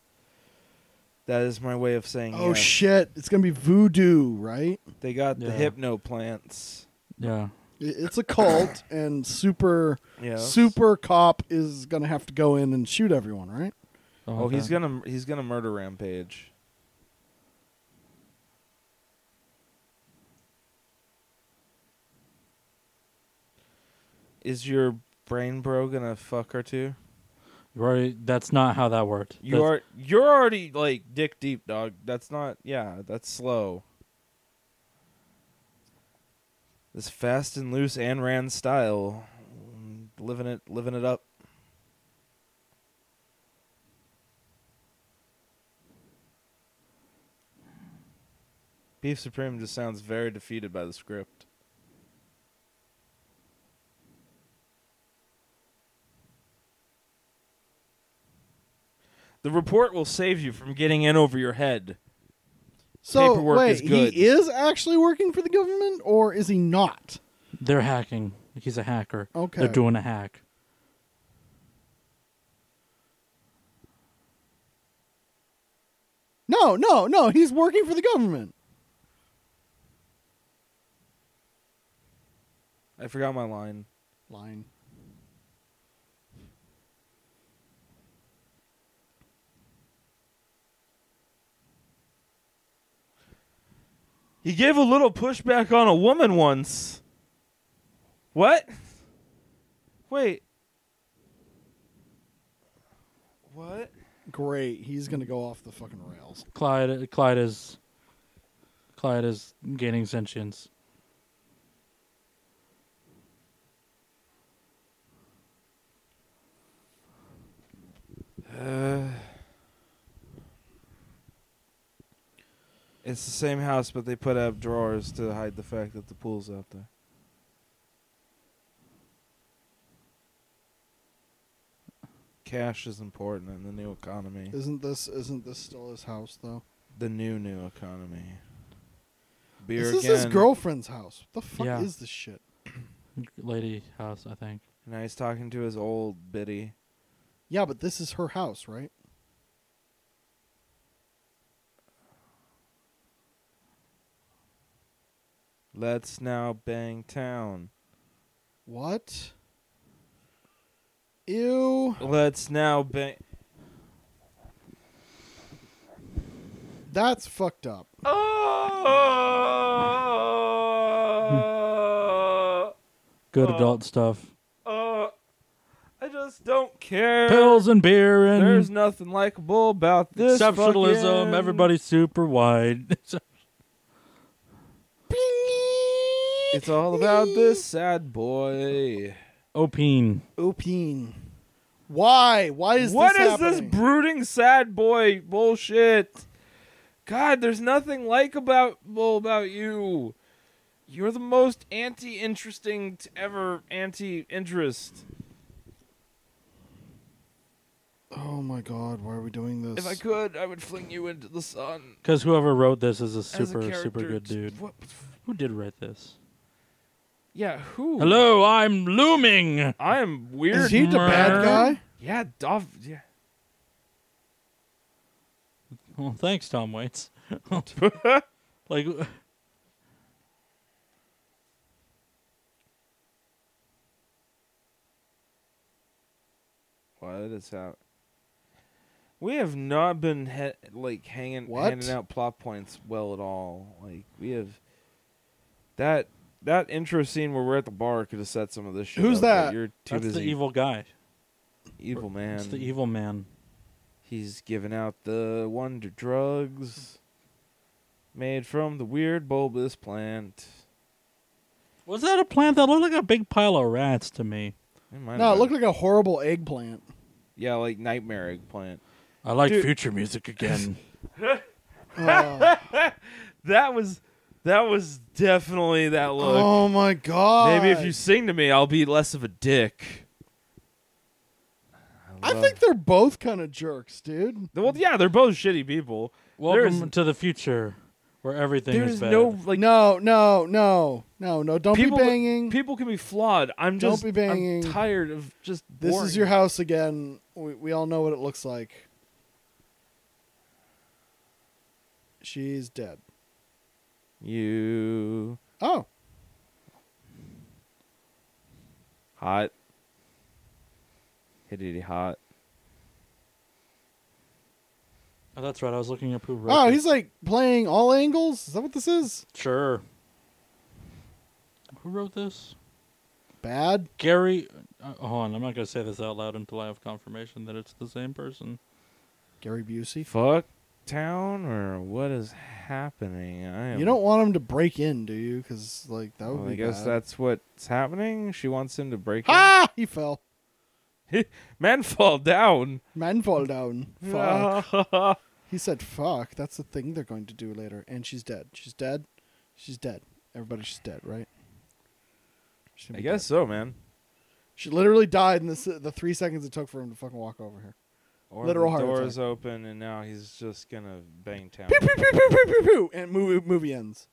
Speaker 3: That is my way of saying.
Speaker 2: Oh
Speaker 3: yes.
Speaker 2: shit! It's gonna be voodoo, right?
Speaker 3: They got the
Speaker 1: Yeah.
Speaker 3: hypno plants.
Speaker 1: Yeah.
Speaker 2: I- It's a
Speaker 3: [LAUGHS]
Speaker 2: cult, and super
Speaker 3: Yeah.
Speaker 2: super cop is gonna have to go in and shoot everyone, right?
Speaker 3: Oh, he's
Speaker 1: okay.
Speaker 3: gonna he's gonna murder rampage. Is your brain bro gonna fuck her too?
Speaker 1: You already. That's not how that worked.
Speaker 3: You
Speaker 1: That's-
Speaker 3: are you're already like dick deep, dog. That's not yeah, that's slow. This fast and loose Ayn Rand style. Mm, Living it living it up. Beef Supreme just sounds very defeated by the script. The report will save you from getting in over your head.
Speaker 2: So
Speaker 3: Paperwork
Speaker 2: wait,
Speaker 3: is good.
Speaker 2: he is actually working for the government, or is he not?
Speaker 1: They're hacking. He's a hacker.
Speaker 2: Okay.
Speaker 1: They're doing a hack.
Speaker 2: No, no, no. He's working for the government.
Speaker 3: I forgot my line.
Speaker 2: Line.
Speaker 3: He gave a little pushback on a woman once. What? Wait. What?
Speaker 2: Great. He's gonna go off the fucking rails.
Speaker 1: Clyde. Clyde is. Clyde is gaining sentience.
Speaker 3: Uh, It's the same house, but they put up drawers to hide the fact that the pool's out there. Cash is important in the new economy.
Speaker 2: Isn't this isn't this still his house though?
Speaker 3: The new, new economy. Beer
Speaker 2: this
Speaker 3: again.
Speaker 2: is his girlfriend's house. What the fuck
Speaker 1: Yeah.
Speaker 2: is this shit?
Speaker 1: Lady house, I think.
Speaker 3: Now he's talking to his old biddy.
Speaker 2: Yeah, but this is her house, right?
Speaker 3: Let's now bang town.
Speaker 2: What? Ew.
Speaker 3: Let's now bang.
Speaker 2: That's fucked up.
Speaker 3: Oh,
Speaker 1: Good
Speaker 3: Oh.
Speaker 1: adult stuff.
Speaker 3: oh, I just don't care.
Speaker 1: Pills and beer and
Speaker 3: There's nothing likable about this.
Speaker 1: exceptionalism.
Speaker 3: fucking-
Speaker 1: Everybody's super wide. [LAUGHS]
Speaker 3: It's all about this sad boy.
Speaker 1: Opine.
Speaker 2: Opine. Why? Why is
Speaker 3: What
Speaker 2: this
Speaker 3: is this
Speaker 2: happening?
Speaker 3: brooding sad boy bullshit? God, there's nothing like about well, about you. You're the most anti-interesting to ever anti-interest.
Speaker 2: oh my god, why are we doing this?
Speaker 3: If I could, I would fling you into the sun.
Speaker 1: Because whoever wrote this is a
Speaker 3: as a
Speaker 1: super, super
Speaker 3: character.
Speaker 1: good dude.
Speaker 3: What-
Speaker 1: Who did write this?
Speaker 3: Yeah, who?
Speaker 1: Hello, I'm looming.
Speaker 3: I am weird.
Speaker 2: is he the bad
Speaker 1: Murr.
Speaker 2: guy?
Speaker 3: Yeah, Dov. Yeah.
Speaker 1: Well, thanks, Tom Waits. [LAUGHS] like,
Speaker 3: What is out? We have not been he- like hanging
Speaker 2: What?
Speaker 3: handing out plot points well at all. Like we have that that intro scene where we're at the bar could have set some of this shit.
Speaker 2: Who's
Speaker 3: up, but
Speaker 2: that?
Speaker 3: You're too
Speaker 1: that's
Speaker 3: busy.
Speaker 1: the evil guy.
Speaker 3: Evil man.
Speaker 1: That's the evil man.
Speaker 3: He's giving out the wonder drugs made from the weird bulbous plant.
Speaker 1: Was that a plant that looked like a big pile of rats to me?
Speaker 3: It might
Speaker 2: No,
Speaker 3: have
Speaker 2: it
Speaker 3: been.
Speaker 2: looked like a horrible
Speaker 3: [LAUGHS]
Speaker 2: eggplant.
Speaker 3: yeah, like nightmare eggplant.
Speaker 1: I like
Speaker 3: Dude.
Speaker 1: future music
Speaker 3: [LAUGHS]
Speaker 1: again.
Speaker 2: Uh,
Speaker 3: That was that was definitely that look.
Speaker 2: oh my god.
Speaker 3: Maybe if you sing to me, I'll be less of a dick.
Speaker 2: I think they're both kind of jerks, dude.
Speaker 3: Well, yeah, they're both shitty people.
Speaker 1: Welcome
Speaker 3: There's-
Speaker 1: to the future, where everything
Speaker 3: There
Speaker 1: is
Speaker 3: is
Speaker 1: bad.
Speaker 3: no like
Speaker 2: no, no, no, no, no. Don't
Speaker 3: people.
Speaker 2: be banging.
Speaker 3: People can be flawed. I'm
Speaker 2: Don't
Speaker 3: just.
Speaker 2: be banging.
Speaker 3: I'm tired of just.
Speaker 2: this
Speaker 3: boring.
Speaker 2: is your house again. We, we all know what it looks like. She's dead.
Speaker 3: You
Speaker 2: Oh,
Speaker 3: hot. Hitty hot.
Speaker 1: Oh, that's right. I was looking up who wrote.
Speaker 3: Ah,
Speaker 2: Oh,
Speaker 1: it.
Speaker 2: he's like playing all angles. Is that what this is?
Speaker 1: sure. Who wrote this?
Speaker 2: Bad.
Speaker 1: Gary. Uh, hold on, I'm not gonna say this out loud until I have confirmation that it's the same person.
Speaker 2: Gary Busey.
Speaker 3: Fuck town or what is happening? I am,
Speaker 2: You don't want him to break in, do you? Because like that would
Speaker 3: Well,
Speaker 2: be.
Speaker 3: I guess
Speaker 2: bad.
Speaker 3: that's what's happening. She wants him to break. in.
Speaker 2: Ah, [LAUGHS] he fell.
Speaker 3: Men fall down.
Speaker 2: Man fall down. Fuck.
Speaker 3: Fuck.
Speaker 2: He said, "Fuck." That's the thing they're going to do later, and she's dead. She's dead. She's dead. Everybody, she's dead, right? She's gonna
Speaker 3: [LAUGHS] I
Speaker 2: be
Speaker 3: guess
Speaker 2: dead.
Speaker 3: so, man.
Speaker 2: she literally died in the s- the three seconds it took for him to fucking walk over here.
Speaker 3: Or
Speaker 2: Literal
Speaker 3: the
Speaker 2: heart
Speaker 3: door
Speaker 2: attack.
Speaker 3: is open, and now he's just gonna bang town.
Speaker 2: Pew, pew, pew, pew, pew, pew, pew, and movie movie ends.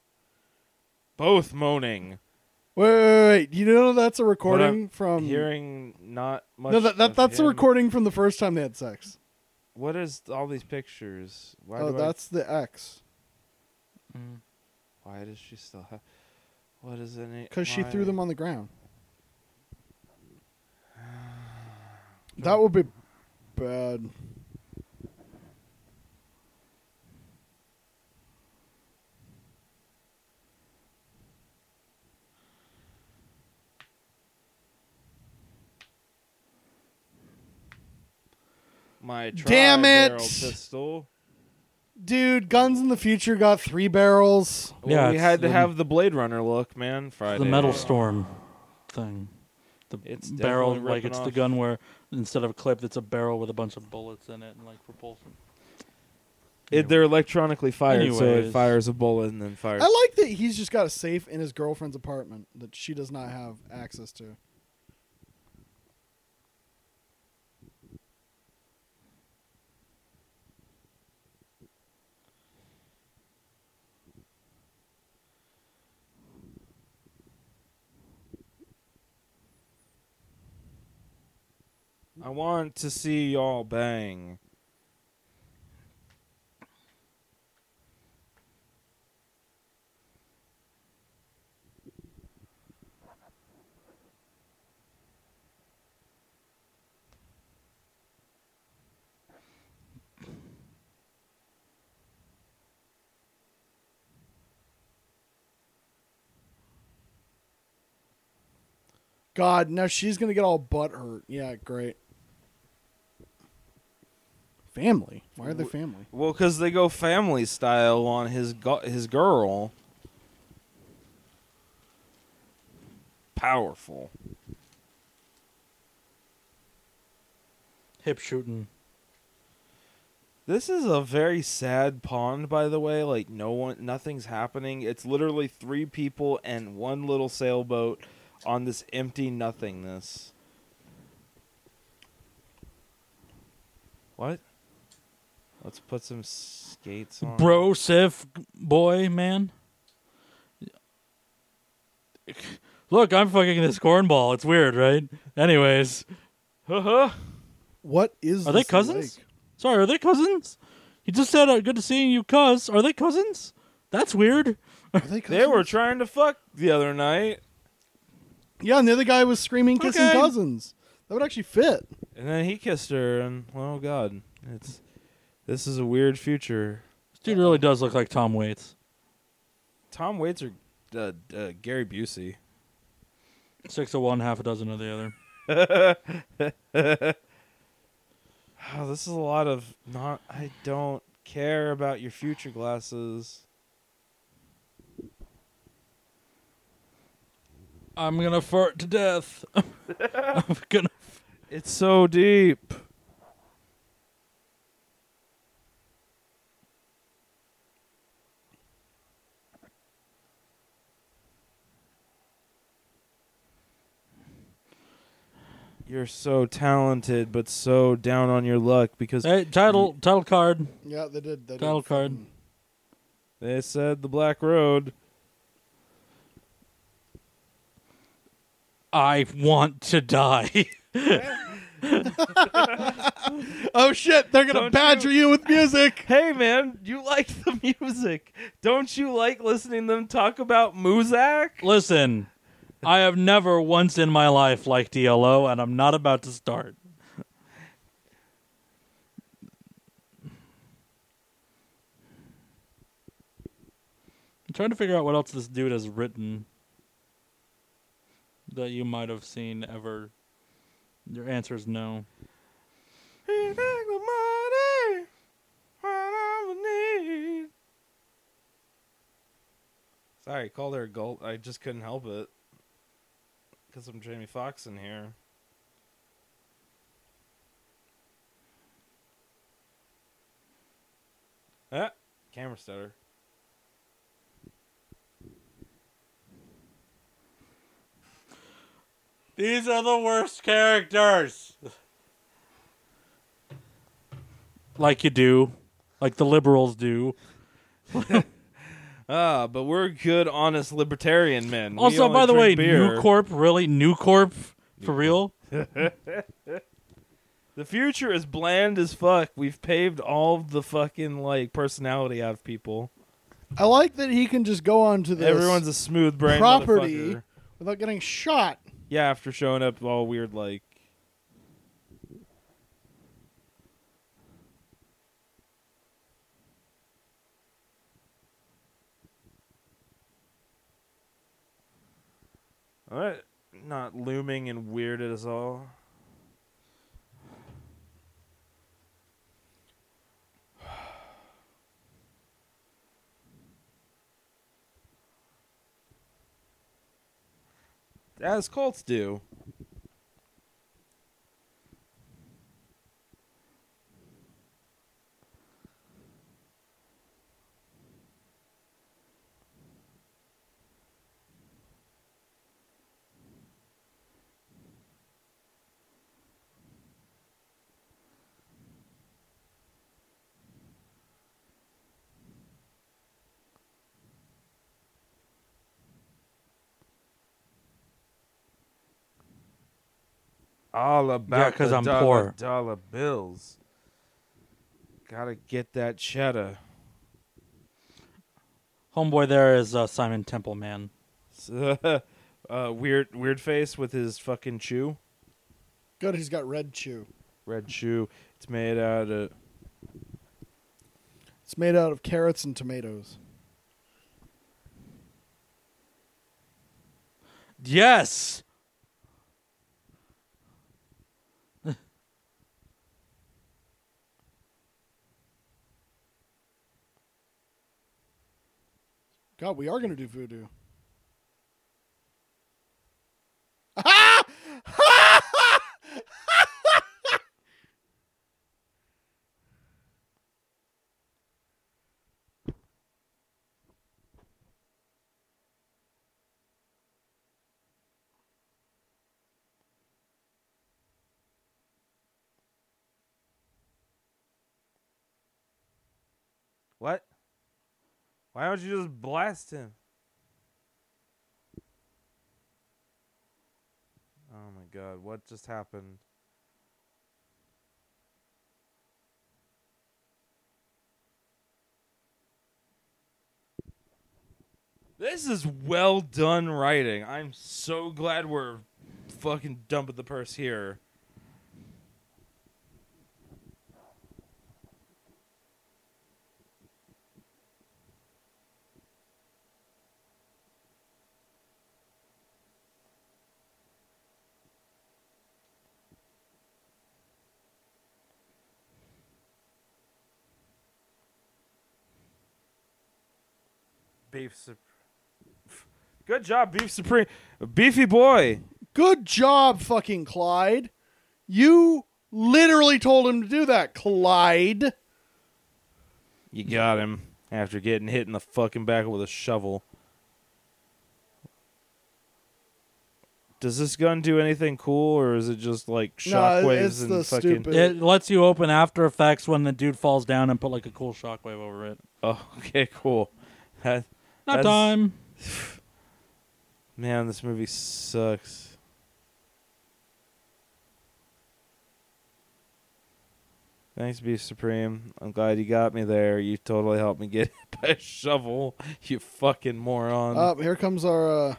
Speaker 3: Both moaning,
Speaker 2: Wait, wait, wait, wait. you know that's a recording from
Speaker 3: hearing not much.
Speaker 2: Um, no that, that
Speaker 3: of
Speaker 2: that's a
Speaker 3: him.
Speaker 2: recording from the first time they had sex.
Speaker 3: What is all these pictures? Why
Speaker 2: oh,
Speaker 3: do
Speaker 2: that's the ex
Speaker 3: Mm. I, Why does she still have? What is it?
Speaker 2: because she threw them on
Speaker 1: [SIGHS]
Speaker 2: the ground. That
Speaker 3: No.
Speaker 2: would be bad.
Speaker 3: My
Speaker 2: Damn it!
Speaker 3: tri-barrel Pistol.
Speaker 2: Dude, Guns in the Future got three barrels.
Speaker 1: Yeah,
Speaker 3: Well, we
Speaker 1: it's
Speaker 3: had to
Speaker 1: the-
Speaker 3: have the Blade Runner look, man. Friday.
Speaker 1: The metal storm thing. The
Speaker 3: It's
Speaker 1: barrel,
Speaker 3: definitely
Speaker 1: like
Speaker 3: ripping
Speaker 1: it's the
Speaker 3: off.
Speaker 1: gun where instead of a clip, it's a barrel with a bunch of bullets in it and like propulsion.
Speaker 3: It, they're electronically fired, so it
Speaker 1: Anyways.
Speaker 3: fires a bullet and then fires.
Speaker 2: I like that he's just got a safe in his girlfriend's apartment that she does not have access to.
Speaker 3: I want to see y'all bang.
Speaker 2: God, now she's gonna get all butt hurt. Yeah, great. Family. Why are they family?
Speaker 3: Well, because they go family style on his gu- his girl. Powerful.
Speaker 1: Hip shooting.
Speaker 3: This is a very sad pond, by the way. Like no one, nothing's happening. It's literally three people and one little sailboat on this empty nothingness. What? Let's put some skates on,
Speaker 1: Bro, Sif, g- boy, man. Look, I'm fucking this cornball. It's weird, right? Anyways.
Speaker 2: What is?
Speaker 1: Are they
Speaker 2: this
Speaker 1: cousins?
Speaker 2: lake?
Speaker 1: Sorry, are they cousins? He just said, uh, "Good to seeing you, cuz." Are they cousins? That's weird. [LAUGHS]
Speaker 2: Are they cousins?
Speaker 3: They were trying to fuck the other night,
Speaker 2: Yeah, and the other guy was screaming, kissing
Speaker 3: Okay.
Speaker 2: cousins. That would actually fit.
Speaker 3: and then he kissed her, and oh god, it's this is a weird future.
Speaker 1: This dude really does look like Tom Waits.
Speaker 3: Tom Waits or uh, uh, Gary [SIGHS] Busey? [LAUGHS]
Speaker 1: Six of one, half a dozen of the other.
Speaker 3: Oh, this is a lot of not. I don't care about your future glasses.
Speaker 1: I'm gonna fart to death. [LAUGHS] I'm gonna.
Speaker 3: It's so deep. You're so talented, but so down on your luck because
Speaker 1: Hey, title title card.
Speaker 2: Yeah, they did. They did.
Speaker 1: Title card.
Speaker 3: they said the Black Road.
Speaker 1: I want to die. [LAUGHS]
Speaker 2: Oh shit! They're gonna
Speaker 3: Don't
Speaker 2: badger you with music.
Speaker 3: Hey man, you like the [LAUGHS] music. Don't you like listening them talk about Muzak?
Speaker 1: Listen, I have never once in my life liked DLO, and I'm not about to start. trying to figure out what else this dude has written that you might have seen ever. Your answer is no.
Speaker 3: He take the money when I'm in need. Sorry, called her a gulp. I just couldn't help it. Cause I'm Jamie Foxx in here. Ah, camera stutter.
Speaker 1: These are the worst characters. Like you do, like the liberals do.
Speaker 3: Ah, but we're good, honest libertarian men. We
Speaker 1: also,
Speaker 3: only
Speaker 1: by the way,
Speaker 3: drink beer.
Speaker 1: New Corp really New Corp for real.
Speaker 3: The future is bland as fuck. We've paved all the fucking like personality out of people.
Speaker 2: [LAUGHS] I like that he can just go on to this
Speaker 3: Everyone's a smooth brain
Speaker 2: property
Speaker 3: motherfucker.
Speaker 2: without getting shot.
Speaker 3: Yeah, after showing up all weird like. All right, not looming and weird at us all. As cults do. all about
Speaker 1: Yeah, 'cause
Speaker 3: the
Speaker 1: I'm
Speaker 3: dollar,
Speaker 1: poor.
Speaker 3: dollar bills. Gotta get that cheddar.
Speaker 1: Homeboy, there is uh, Simon Temple, man.
Speaker 3: So, [LAUGHS] uh, weird, weird face with his fucking chew,
Speaker 2: Good, he's got red chew.
Speaker 3: red chew. It's made out of.
Speaker 2: It's made out of carrots and tomatoes.
Speaker 1: Yes.
Speaker 2: God, we are gonna do voodoo.
Speaker 3: What? Why don't you just blast him? Oh my god, what just happened? This is well done writing. I'm so glad we're fucking dumping the purse here. Beef Sup- Good job, Beef Supreme. Beefy boy.
Speaker 2: Good job, fucking Clyde. You literally told him to do that, Clyde.
Speaker 3: You got him after getting hit in the fucking back with a shovel. Does this gun do anything cool, or is it just like
Speaker 2: No, it- it's
Speaker 3: shockwaves and
Speaker 2: the
Speaker 3: fucking?
Speaker 2: stupid-
Speaker 1: It lets you open After Effects when the dude falls down and put like a cool shockwave over it.
Speaker 3: [LAUGHS] Oh, okay, cool. That-
Speaker 1: Not
Speaker 3: That's-
Speaker 1: time.
Speaker 3: man, this movie sucks. Thanks, Beef Supreme. I'm glad you got me there. You totally helped me get [LAUGHS] hit by a shovel. You fucking moron.
Speaker 2: Up here comes our. Uh,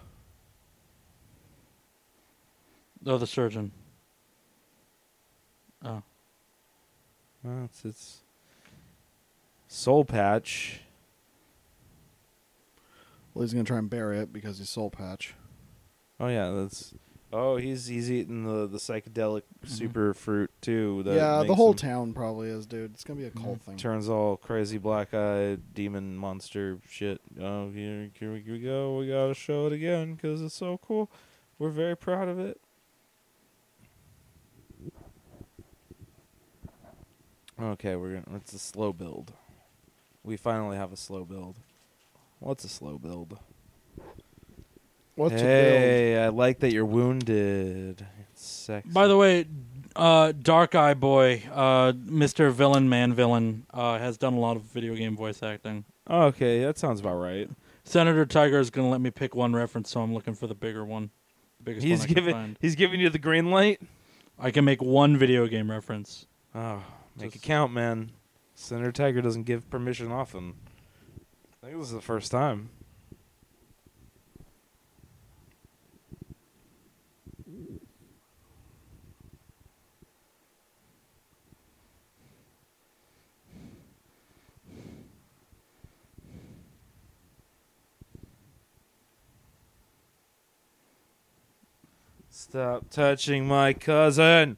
Speaker 1: Oh, the surgeon. Oh,
Speaker 3: Well, it's it's soul patch.
Speaker 2: Well, he's gonna try and bury it because he's soul patch.
Speaker 3: Oh yeah, that's. Oh, he's he's eating the the psychedelic super fruit too. That
Speaker 2: Mm-hmm. yeah, the
Speaker 3: makes
Speaker 2: whole
Speaker 3: him- Mm,
Speaker 2: town probably is, dude. It's gonna be a cult thing.
Speaker 3: turns all crazy black eyed demon monster shit. Oh, here, here we- here we go. We gotta show it again because it's so cool. We're very proud of it. Okay, we're gonna. It's a slow build. We finally have a slow build. What's a slow build?
Speaker 2: What's a
Speaker 3: hey, I like that you're wounded. It's sexy.
Speaker 1: By the way, uh, Dark Eye Boy, uh, Mr. Villain Man Villain, uh, has done a lot of video game voice acting.
Speaker 3: okay, that sounds about right.
Speaker 1: Senator Tiger is going to let me pick one reference, so I'm looking for the bigger one. The biggest
Speaker 3: He's
Speaker 1: one I can
Speaker 3: giving
Speaker 1: find.
Speaker 3: he's giving you the green light.
Speaker 1: I can make one video game reference.
Speaker 3: Oh, make
Speaker 1: Just-
Speaker 3: it count, man. Senator Tiger doesn't give permission often. I think this is the first time. Stop touching my cousin.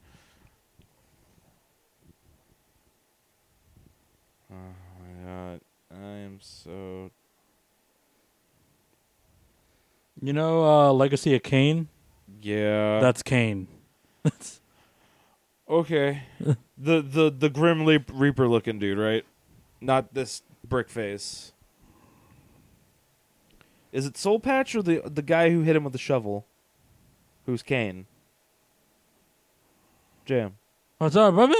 Speaker 3: Oh my god. I am so
Speaker 1: You know, uh, Legacy of Kane?
Speaker 3: Yeah.
Speaker 1: That's Kane. [LAUGHS] That's [LAUGHS]
Speaker 3: okay. the the the Grim Leap Reaper looking dude, right? Not this brick face. Is it Soul Patch or the the guy who hit him with the shovel? Who's Kane? Jam.
Speaker 1: what's up, brother?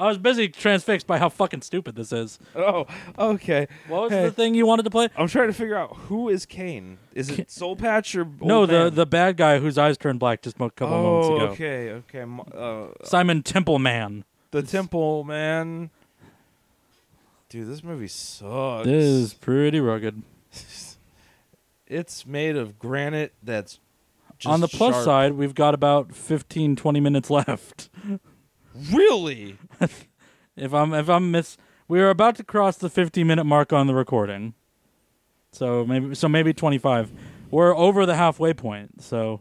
Speaker 1: I was busy transfixed by how fucking stupid this is.
Speaker 3: Oh, okay.
Speaker 1: What was
Speaker 3: Hey.
Speaker 1: the thing you wanted to play?
Speaker 3: I'm trying to figure out who is Kane. Is
Speaker 1: Ca-
Speaker 3: it Soul Patch or old
Speaker 1: no, the
Speaker 3: man?
Speaker 1: the bad guy whose eyes turned black just a couple
Speaker 3: oh,
Speaker 1: moments ago.
Speaker 3: okay, okay. M- Uh,
Speaker 1: Simon Templeman.
Speaker 3: The Temple Man. Dude, this movie sucks.
Speaker 1: This is pretty rugged.
Speaker 3: [LAUGHS] It's made of granite that's just
Speaker 1: On the plus
Speaker 3: sharp.
Speaker 1: side, we've got about 15, 20 minutes [LAUGHS] left.
Speaker 3: Really?
Speaker 1: If I'm if I'm miss, we are about to cross the fifty minute mark on the recording. So maybe so maybe twenty five. We're over the halfway point. So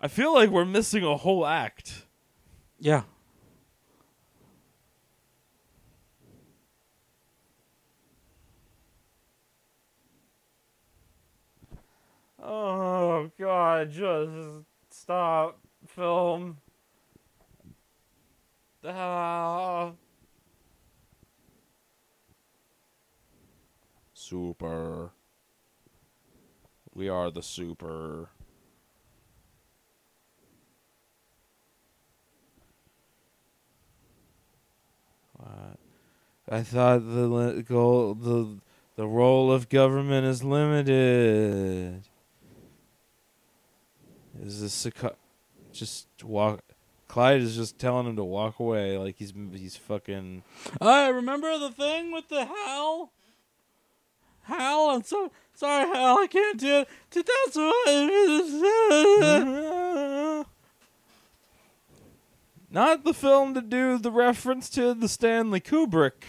Speaker 3: I feel like we're missing a whole act.
Speaker 1: yeah,
Speaker 3: Oh god, just stop film. Ah. Super. We are the super. What? I thought the li- goal, the the role of government is limited. Is this a cu- just walk? Clyde is just telling him to walk away, like he's he's fucking.
Speaker 1: I remember the thing with the Hal. Hal, I'm so sorry, Hal. I can't do it. Two thousand one.
Speaker 3: Not the film to do the reference to the Stanley Kubrick.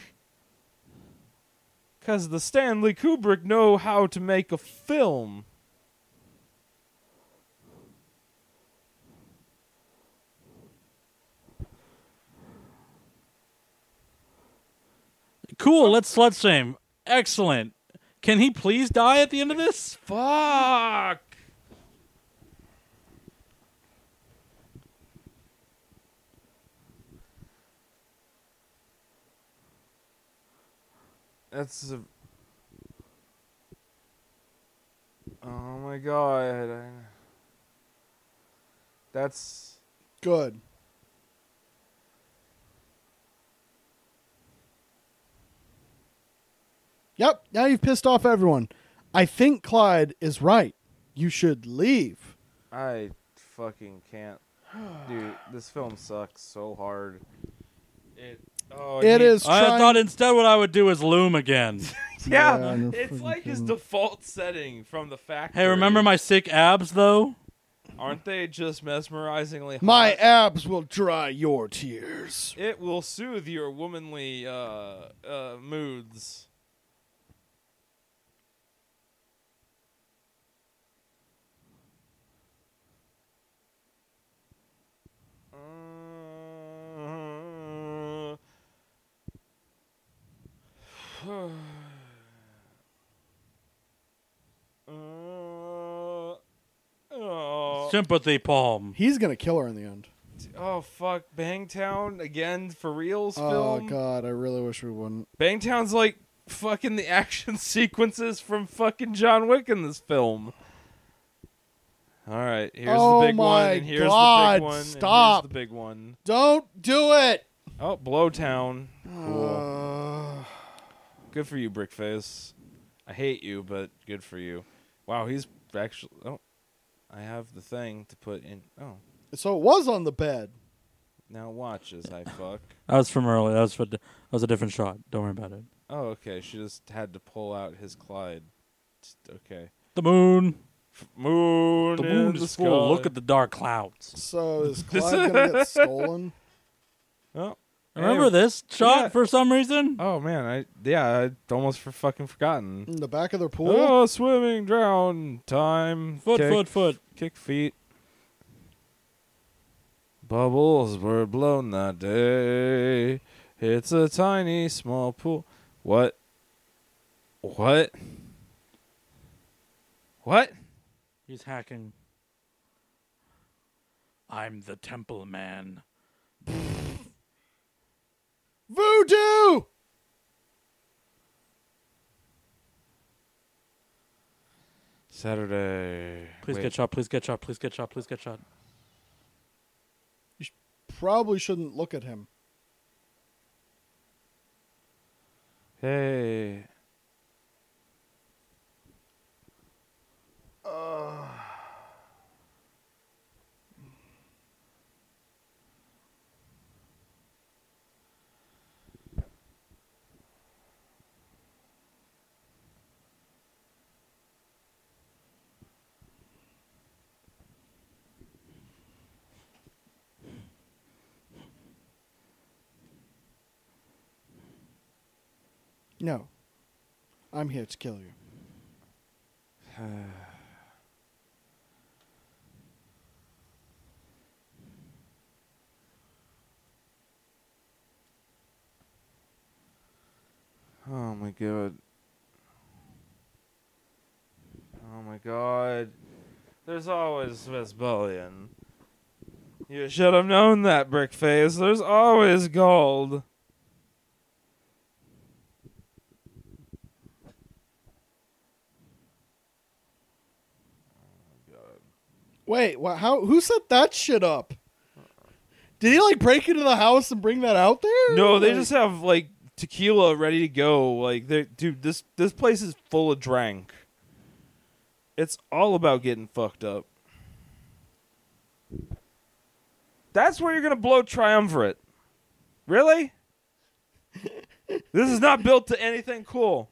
Speaker 3: Cause the Stanley Kubrick know how to make a film.
Speaker 1: Cool. Let's slut shame. Excellent. Can he please die at the end of this?
Speaker 3: Fuck. That's a. Oh my god. I- That's.
Speaker 2: Good. Yep. Now you've pissed off everyone. I think Clyde is right. You should leave.
Speaker 3: I fucking can't. Dude, this film sucks so hard. It. Oh,
Speaker 2: It
Speaker 3: he-
Speaker 2: is
Speaker 1: I
Speaker 2: trying-
Speaker 1: thought instead what I would do is loom again.
Speaker 3: [LAUGHS] Yeah,
Speaker 2: Yeah, no
Speaker 3: it's
Speaker 2: freaking
Speaker 3: like his
Speaker 2: kidding.
Speaker 3: default setting from the factory.
Speaker 1: Hey, remember my sick abs though?
Speaker 3: Aren't they just mesmerizingly hot?
Speaker 2: My abs will dry your tears.
Speaker 3: It will soothe your womanly uh, uh, moods. Uh, uh, oh.
Speaker 1: Sympathy palm.
Speaker 2: He's gonna kill her in the end.
Speaker 3: Oh fuck, Bangtown again for reals
Speaker 2: Oh
Speaker 3: film.
Speaker 2: god, I really wish we wouldn't.
Speaker 3: Bangtown's like fucking the [LAUGHS] action sequences from fucking John Wick in this film. All right, here's
Speaker 2: Oh
Speaker 3: the big one,
Speaker 2: my
Speaker 3: and here's the
Speaker 2: God,
Speaker 3: big one, and
Speaker 2: stop.
Speaker 3: here's the big one.
Speaker 2: Don't do it.
Speaker 3: Oh, Blowtown,
Speaker 2: Uh,
Speaker 3: cool, good for you, Brickface. I hate you, but good for you. Wow, he's actually. Oh, I have the thing to put in. Oh,
Speaker 2: Uh, so it was on the bed.
Speaker 3: now watch as
Speaker 1: [COUGHS]
Speaker 3: I fuck.
Speaker 1: That was from earlier. That was for, that was a different shot. Don't worry about it.
Speaker 3: Oh, okay. She just had to pull out his Clyde. Just- Okay.
Speaker 1: The moon.
Speaker 3: Moon.
Speaker 1: The moon is full. Look at the dark clouds.
Speaker 2: So
Speaker 3: [LAUGHS]
Speaker 2: is Clyde gonna get stolen?
Speaker 3: Oh,
Speaker 1: Remember this shot
Speaker 3: Yeah.
Speaker 1: for some reason?
Speaker 3: Oh man, I yeah, I almost for fucking forgotten.
Speaker 2: In the back of their pool?
Speaker 3: Oh, swimming, drown, time,
Speaker 1: Foot,
Speaker 3: kick,
Speaker 1: foot, foot.
Speaker 3: kick feet. Bubbles were blown that day. It's a tiny, small pool. What? What? What?
Speaker 1: He's hacking.
Speaker 4: I'm the temple man.
Speaker 2: Voodoo!
Speaker 3: Saturday.
Speaker 1: Please
Speaker 3: Wait.
Speaker 1: get shot. Please get shot. Please get shot. Please get shot.
Speaker 2: Probably shouldn't look at him.
Speaker 3: Hey.
Speaker 2: No. I'm here to kill you.
Speaker 3: Oh my god. Oh my god. There's always Vesbullion. You should have known that, Brickface. There's always gold. Oh
Speaker 2: Wait, wha how? Who set that shit up? Did he like break into the house and bring that out there?
Speaker 3: No, they
Speaker 2: Like,
Speaker 3: just have like tequila ready to go. Like, they dude, this this place is full of drank. It's all about getting fucked up. That's where you're gonna blow triumvirate. Really?
Speaker 2: [LAUGHS]
Speaker 3: this is not built to anything cool.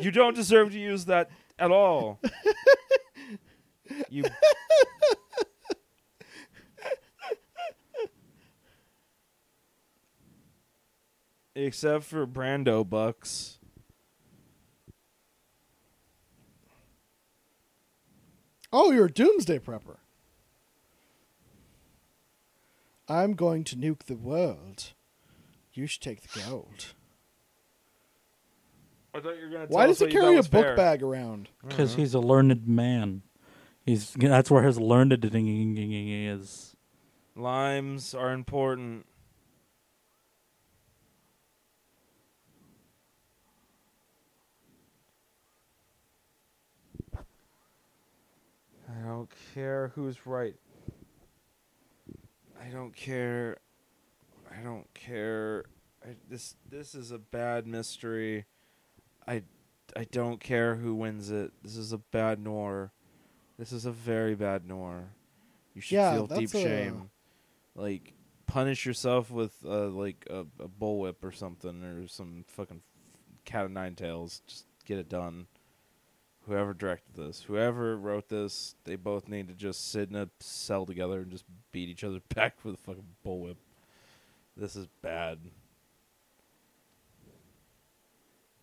Speaker 3: You don't deserve to use that at all.
Speaker 2: [LAUGHS]
Speaker 3: You except for Brando Bucks.
Speaker 2: Oh, you're a doomsday prepper. I'm going to nuke the world. You should take the gold.
Speaker 3: I thought you were gonna
Speaker 2: Why
Speaker 3: tell
Speaker 2: does
Speaker 3: us
Speaker 2: he
Speaker 3: what you
Speaker 2: carry
Speaker 3: thought
Speaker 2: a
Speaker 3: was
Speaker 2: book
Speaker 3: fair.
Speaker 2: bag around?
Speaker 1: Because he's a learned man. He's that's where his learned is.
Speaker 3: Limes are important. I don't care who's right. I don't care. I don't care. I, this this is a bad mystery. I I don't care who wins it. This is a bad noir. This is a very bad noir. You should
Speaker 2: Yeah,
Speaker 3: feel deep
Speaker 2: that's a-
Speaker 3: shame. Like punish yourself with uh, like a, a bullwhip or something or some fucking cat of nine tails. Just get it done. whoever directed this, whoever wrote this, they both need to just sit in a cell together and just beat each other [LAUGHS] back with a fucking bullwhip. This is bad.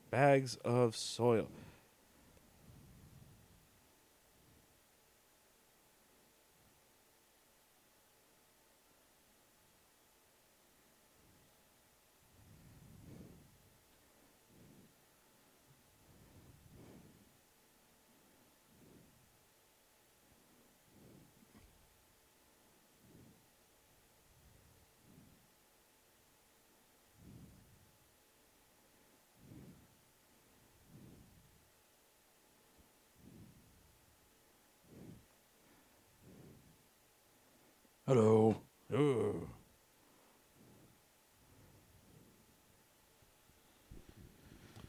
Speaker 3: Bags of soil.
Speaker 4: Hello.
Speaker 3: Ooh.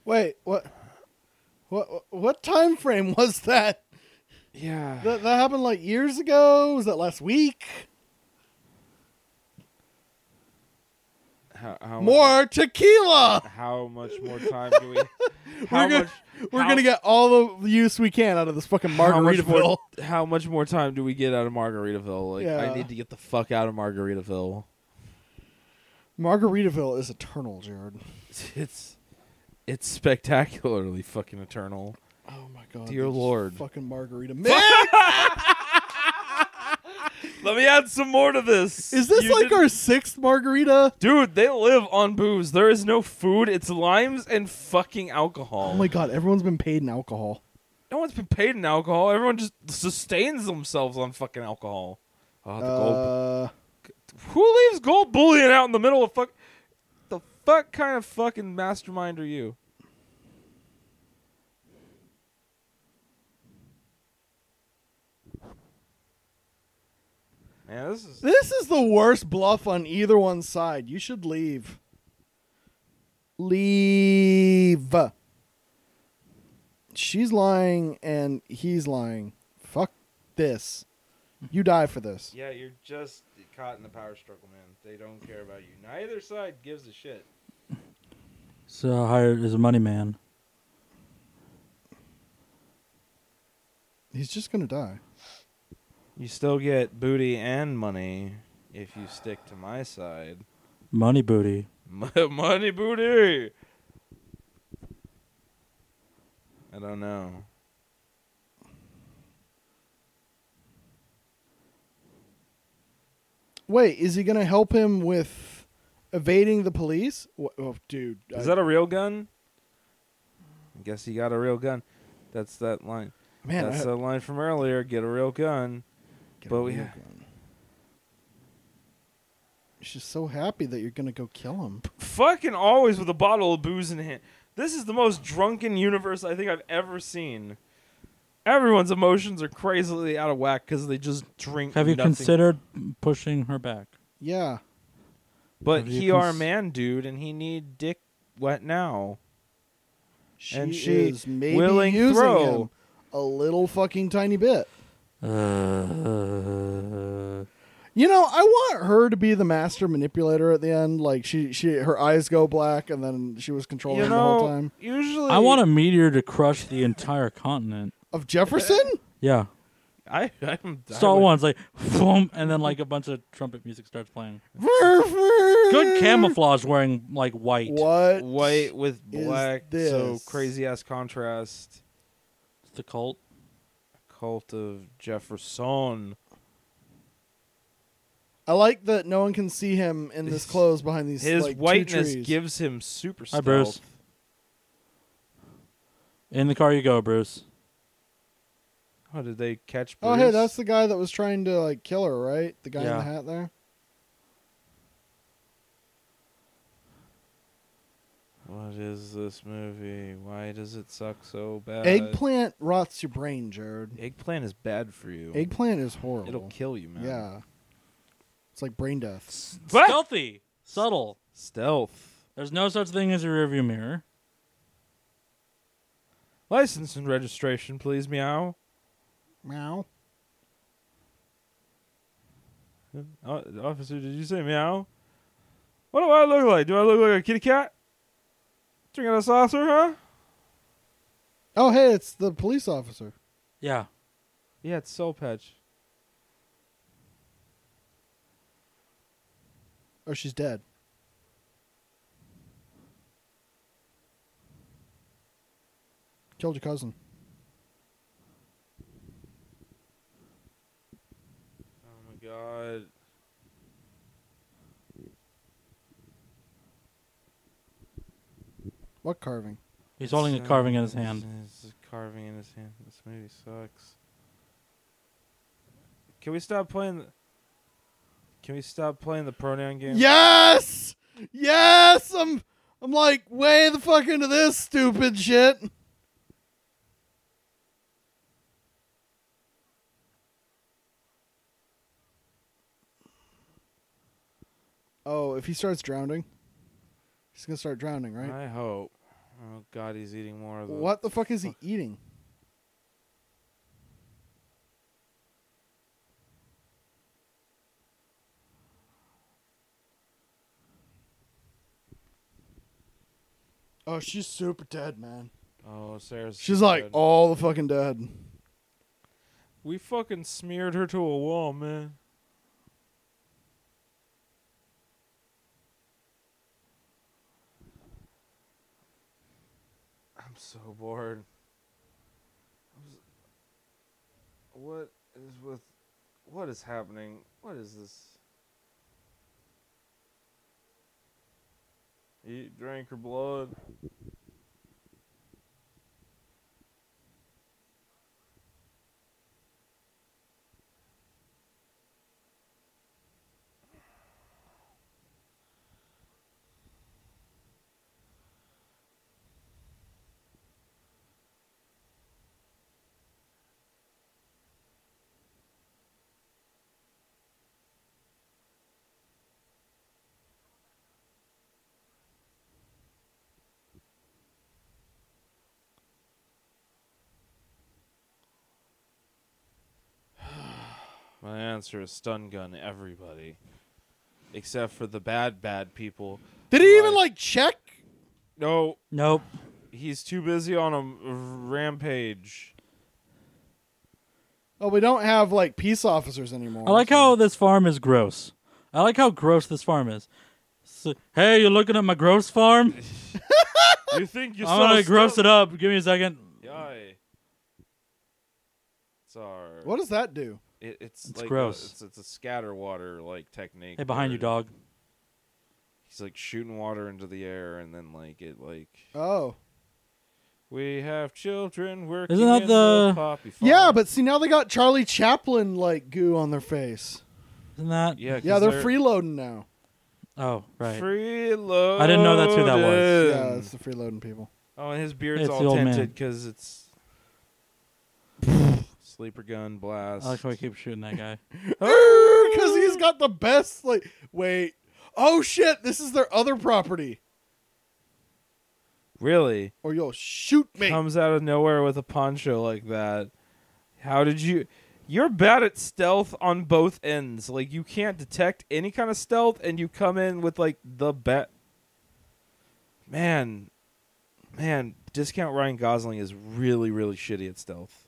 Speaker 2: Wait, what? What what time frame was that?
Speaker 3: Yeah.
Speaker 2: That that happened like years ago. Was that last week?
Speaker 3: how, how
Speaker 2: More tequila.
Speaker 3: Much, how much
Speaker 2: [LAUGHS]
Speaker 3: more time do we? How
Speaker 2: We're gonna-
Speaker 3: much?
Speaker 2: We're
Speaker 3: how-
Speaker 2: gonna get all the use we can out of this fucking margarita
Speaker 3: How much, more,
Speaker 2: bill.
Speaker 3: how much more time do we get out of Margaritaville? Like,
Speaker 2: Yeah.
Speaker 3: I need to get the fuck out of Margaritaville. [LAUGHS]
Speaker 2: Margaritaville is eternal, Jared.
Speaker 3: It's it's spectacularly fucking eternal.
Speaker 2: Oh my god,
Speaker 3: Dear
Speaker 2: this
Speaker 3: Lord.
Speaker 2: fucking margarita.
Speaker 3: Let me add some more to this.
Speaker 2: is this
Speaker 3: You
Speaker 2: like
Speaker 3: didn't-
Speaker 2: our sixth margarita?
Speaker 3: dude? They live on booze. There is no food. It's limes and fucking alcohol.
Speaker 2: Oh my god, everyone's been paid in alcohol.
Speaker 3: No one's been paid in alcohol. Everyone just sustains themselves on fucking alcohol. Oh, the gold
Speaker 2: Uh,
Speaker 3: Who leaves gold bullion out in the middle of fuck? The fuck kind of fucking mastermind are you? Man, this is
Speaker 2: this is the worst bluff on either one's side. You should leave. Leave. She's lying and he's lying. Fuck this. You die for this.
Speaker 3: yeah. You're just caught in the power struggle, man. They don't care about you. Neither side gives a shit.
Speaker 1: So hired as a money man.
Speaker 2: He's just gonna die.
Speaker 3: You still get booty and money if you stick to my side.
Speaker 1: Money booty.
Speaker 3: [LAUGHS] Money booty. I don't know.
Speaker 2: Wait, is he gonna help him with evading the police? Wha- Oh, dude,
Speaker 3: Is
Speaker 2: I-
Speaker 3: that a real gun? I guess he got a real gun. That's that line.
Speaker 2: man?
Speaker 3: That's
Speaker 2: I-
Speaker 3: that line from earlier. Get a real gun.
Speaker 2: Get
Speaker 3: But
Speaker 2: a
Speaker 3: we-
Speaker 2: real gun. She's so happy that you're gonna go kill him.
Speaker 3: Fucking always with a bottle of booze in hand. This is the most drunken universe I think I've ever seen. Everyone's emotions are crazily out of whack because they just drink.
Speaker 1: Have you
Speaker 3: nothing.
Speaker 1: considered pushing her back?
Speaker 2: Yeah,
Speaker 3: But
Speaker 1: have you
Speaker 3: he are
Speaker 1: cons-
Speaker 3: man, dude, and he need dick wet now.
Speaker 2: she
Speaker 3: And she
Speaker 2: is maybe
Speaker 3: willing
Speaker 2: using
Speaker 3: throw.
Speaker 2: him a little fucking tiny bit.
Speaker 1: Uh,
Speaker 2: You know, I want her to be the master manipulator at the end. Like she, she, her eyes go black, and then she was controlling
Speaker 3: You
Speaker 2: him the whole
Speaker 3: know,
Speaker 2: time.
Speaker 3: usually
Speaker 1: I want a meteor to crush the entire continent.
Speaker 2: Of Jefferson,
Speaker 1: Yeah.
Speaker 3: I I'm I
Speaker 1: Stall
Speaker 2: [LAUGHS]
Speaker 3: would-
Speaker 1: one's like, boom, and then like a bunch of trumpet music starts playing. Good
Speaker 3: [LAUGHS]
Speaker 2: good
Speaker 1: camouflage wearing like white.
Speaker 2: What?
Speaker 3: white with
Speaker 2: is
Speaker 3: black, so
Speaker 2: this?
Speaker 3: crazy ass contrast.
Speaker 1: It's the cult.
Speaker 3: Cult of Jefferson.
Speaker 2: I like that no one can see him in this
Speaker 3: His-
Speaker 2: clothes behind these.
Speaker 3: His
Speaker 2: like, two
Speaker 3: whiteness
Speaker 2: trees.
Speaker 3: gives him super
Speaker 1: Hi,
Speaker 3: stealth.
Speaker 1: Bruce. In the car you go, Bruce.
Speaker 3: Oh, did they catch Bruce?
Speaker 2: Oh, hey, that's the guy that was trying to like kill her, right? The guy in
Speaker 1: Yeah.
Speaker 2: the hat there.
Speaker 3: What is this movie? Why does it suck so bad?
Speaker 2: Eggplant rots your brain, Jared.
Speaker 3: Eggplant is bad for you.
Speaker 2: Eggplant is horrible.
Speaker 3: It'll kill you, man.
Speaker 2: Yeah, it's like brain death.
Speaker 3: What?
Speaker 1: Stealthy. Subtle.
Speaker 3: Stealth.
Speaker 1: There's no such thing as a rearview mirror.
Speaker 3: License and registration, please, meow.
Speaker 2: Meow.
Speaker 3: Uh, officer, did you say meow? What do I look like? Do I look like a kitty cat? Drinking a saucer, huh?
Speaker 2: Oh, hey, it's the police officer.
Speaker 1: Yeah.
Speaker 3: Yeah, it's Soul Patch.
Speaker 2: Oh, she's dead. Killed your cousin.
Speaker 3: Oh my god.
Speaker 2: What carving?
Speaker 1: He's holding a carving in his hand.
Speaker 3: It's a carving in his hand. This movie sucks. Can we stop playing? The, can we stop playing the pronoun game?
Speaker 2: Yes, yes. I'm, I'm like way the fuck into this stupid shit. Oh, if he starts drowning, he's gonna start drowning, right?
Speaker 3: I hope. Oh god, he's eating more of the.
Speaker 2: What the fuck is he eating? Oh, she's super dead, man.
Speaker 3: Oh, Sarah's.
Speaker 2: She's
Speaker 3: so
Speaker 2: like
Speaker 3: good.
Speaker 2: all the fucking dead.
Speaker 3: We fucking smeared her to a wall, man. I'm so bored. I was- What is with. What is happening? What is this? Eat, drink, or blood? My answer is stun gun everybody. Except for the bad, bad people.
Speaker 2: Did he even
Speaker 3: Right.
Speaker 2: like check?
Speaker 3: No,
Speaker 1: Nope.
Speaker 3: he's too busy on a m-
Speaker 1: [LAUGHS]
Speaker 3: rampage.
Speaker 2: Oh, we don't have like peace officers anymore.
Speaker 1: I like
Speaker 2: so-
Speaker 1: how this farm is gross. I like how gross this farm is. So, hey, you're looking at my gross farm?
Speaker 3: you think you
Speaker 1: I'm gonna gross it up. Give me a second.
Speaker 3: Yay. It's our.
Speaker 2: What does that do?
Speaker 3: It, it's
Speaker 1: It's
Speaker 3: like
Speaker 1: gross.
Speaker 3: A, it's, it's a scatter water like technique.
Speaker 1: Hey, behind you,
Speaker 3: where
Speaker 1: dog.
Speaker 3: He's like shooting water into the air, and then like it like.
Speaker 2: Oh,
Speaker 3: We have children working
Speaker 1: that
Speaker 3: in the,
Speaker 1: the-
Speaker 3: poppy farm.
Speaker 2: yeah, but see now they got Charlie Chaplin like goo on their face.
Speaker 1: Isn't that?
Speaker 3: yeah, 'cause
Speaker 2: Yeah, they're,
Speaker 3: they're
Speaker 2: freeloading now.
Speaker 1: Oh, right.
Speaker 3: Freeloaded.
Speaker 1: I didn't know that's who that was.
Speaker 2: Yeah, it's the freeloading people.
Speaker 3: Oh, and his beard's
Speaker 1: It's the
Speaker 3: all
Speaker 1: old man.
Speaker 3: tinted because
Speaker 2: [LAUGHS]
Speaker 3: it's sleeper gun blast.
Speaker 1: I like how we keep shooting that guy.
Speaker 2: Because
Speaker 3: [LAUGHS]
Speaker 2: he's got the best. Like, wait. Oh shit! This is their other property.
Speaker 3: really
Speaker 2: Or you'll shoot me.
Speaker 3: comes out of nowhere with a poncho like that. How did you? You're bad at stealth on both ends. Like you can't detect any kind of stealth, and you come in with like the bet. Man, man, discount Ryan Gosling is really, really shitty at stealth.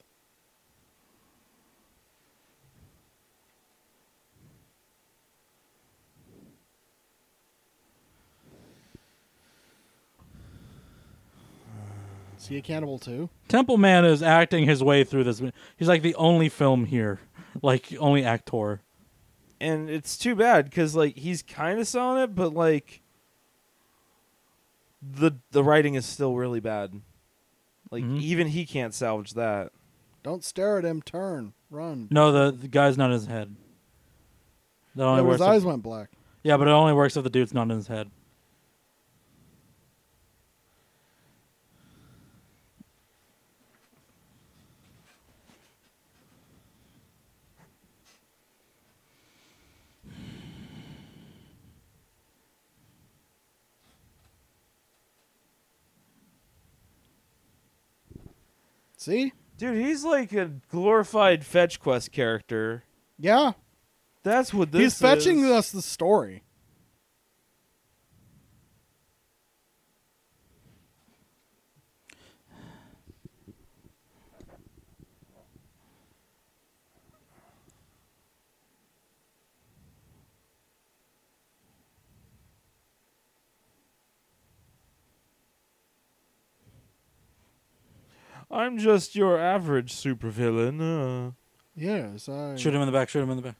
Speaker 2: Is he a cannibal too?
Speaker 1: Temple Man is acting his way through this. He's like the only film here, like only actor.
Speaker 3: and it's too bad because like he's kind of selling it, but like the the writing is still really bad. Like
Speaker 1: Mhm.
Speaker 3: even he can't salvage that.
Speaker 2: Don't stare at him. Turn. Run.
Speaker 1: No, the, the guy's not in his head. That only
Speaker 2: No,
Speaker 1: works.
Speaker 2: his eyes
Speaker 1: if,
Speaker 2: went black.
Speaker 1: yeah, but it only works if the dude's not in his head.
Speaker 2: See?
Speaker 3: Dude, he's like a glorified fetch quest character.
Speaker 2: Yeah.
Speaker 3: That's what this
Speaker 2: he's fetching
Speaker 3: is.
Speaker 2: us the story.
Speaker 3: I'm just your average supervillain, uh,
Speaker 2: Yes, I.
Speaker 1: Shoot him in the back. Shoot him in the back.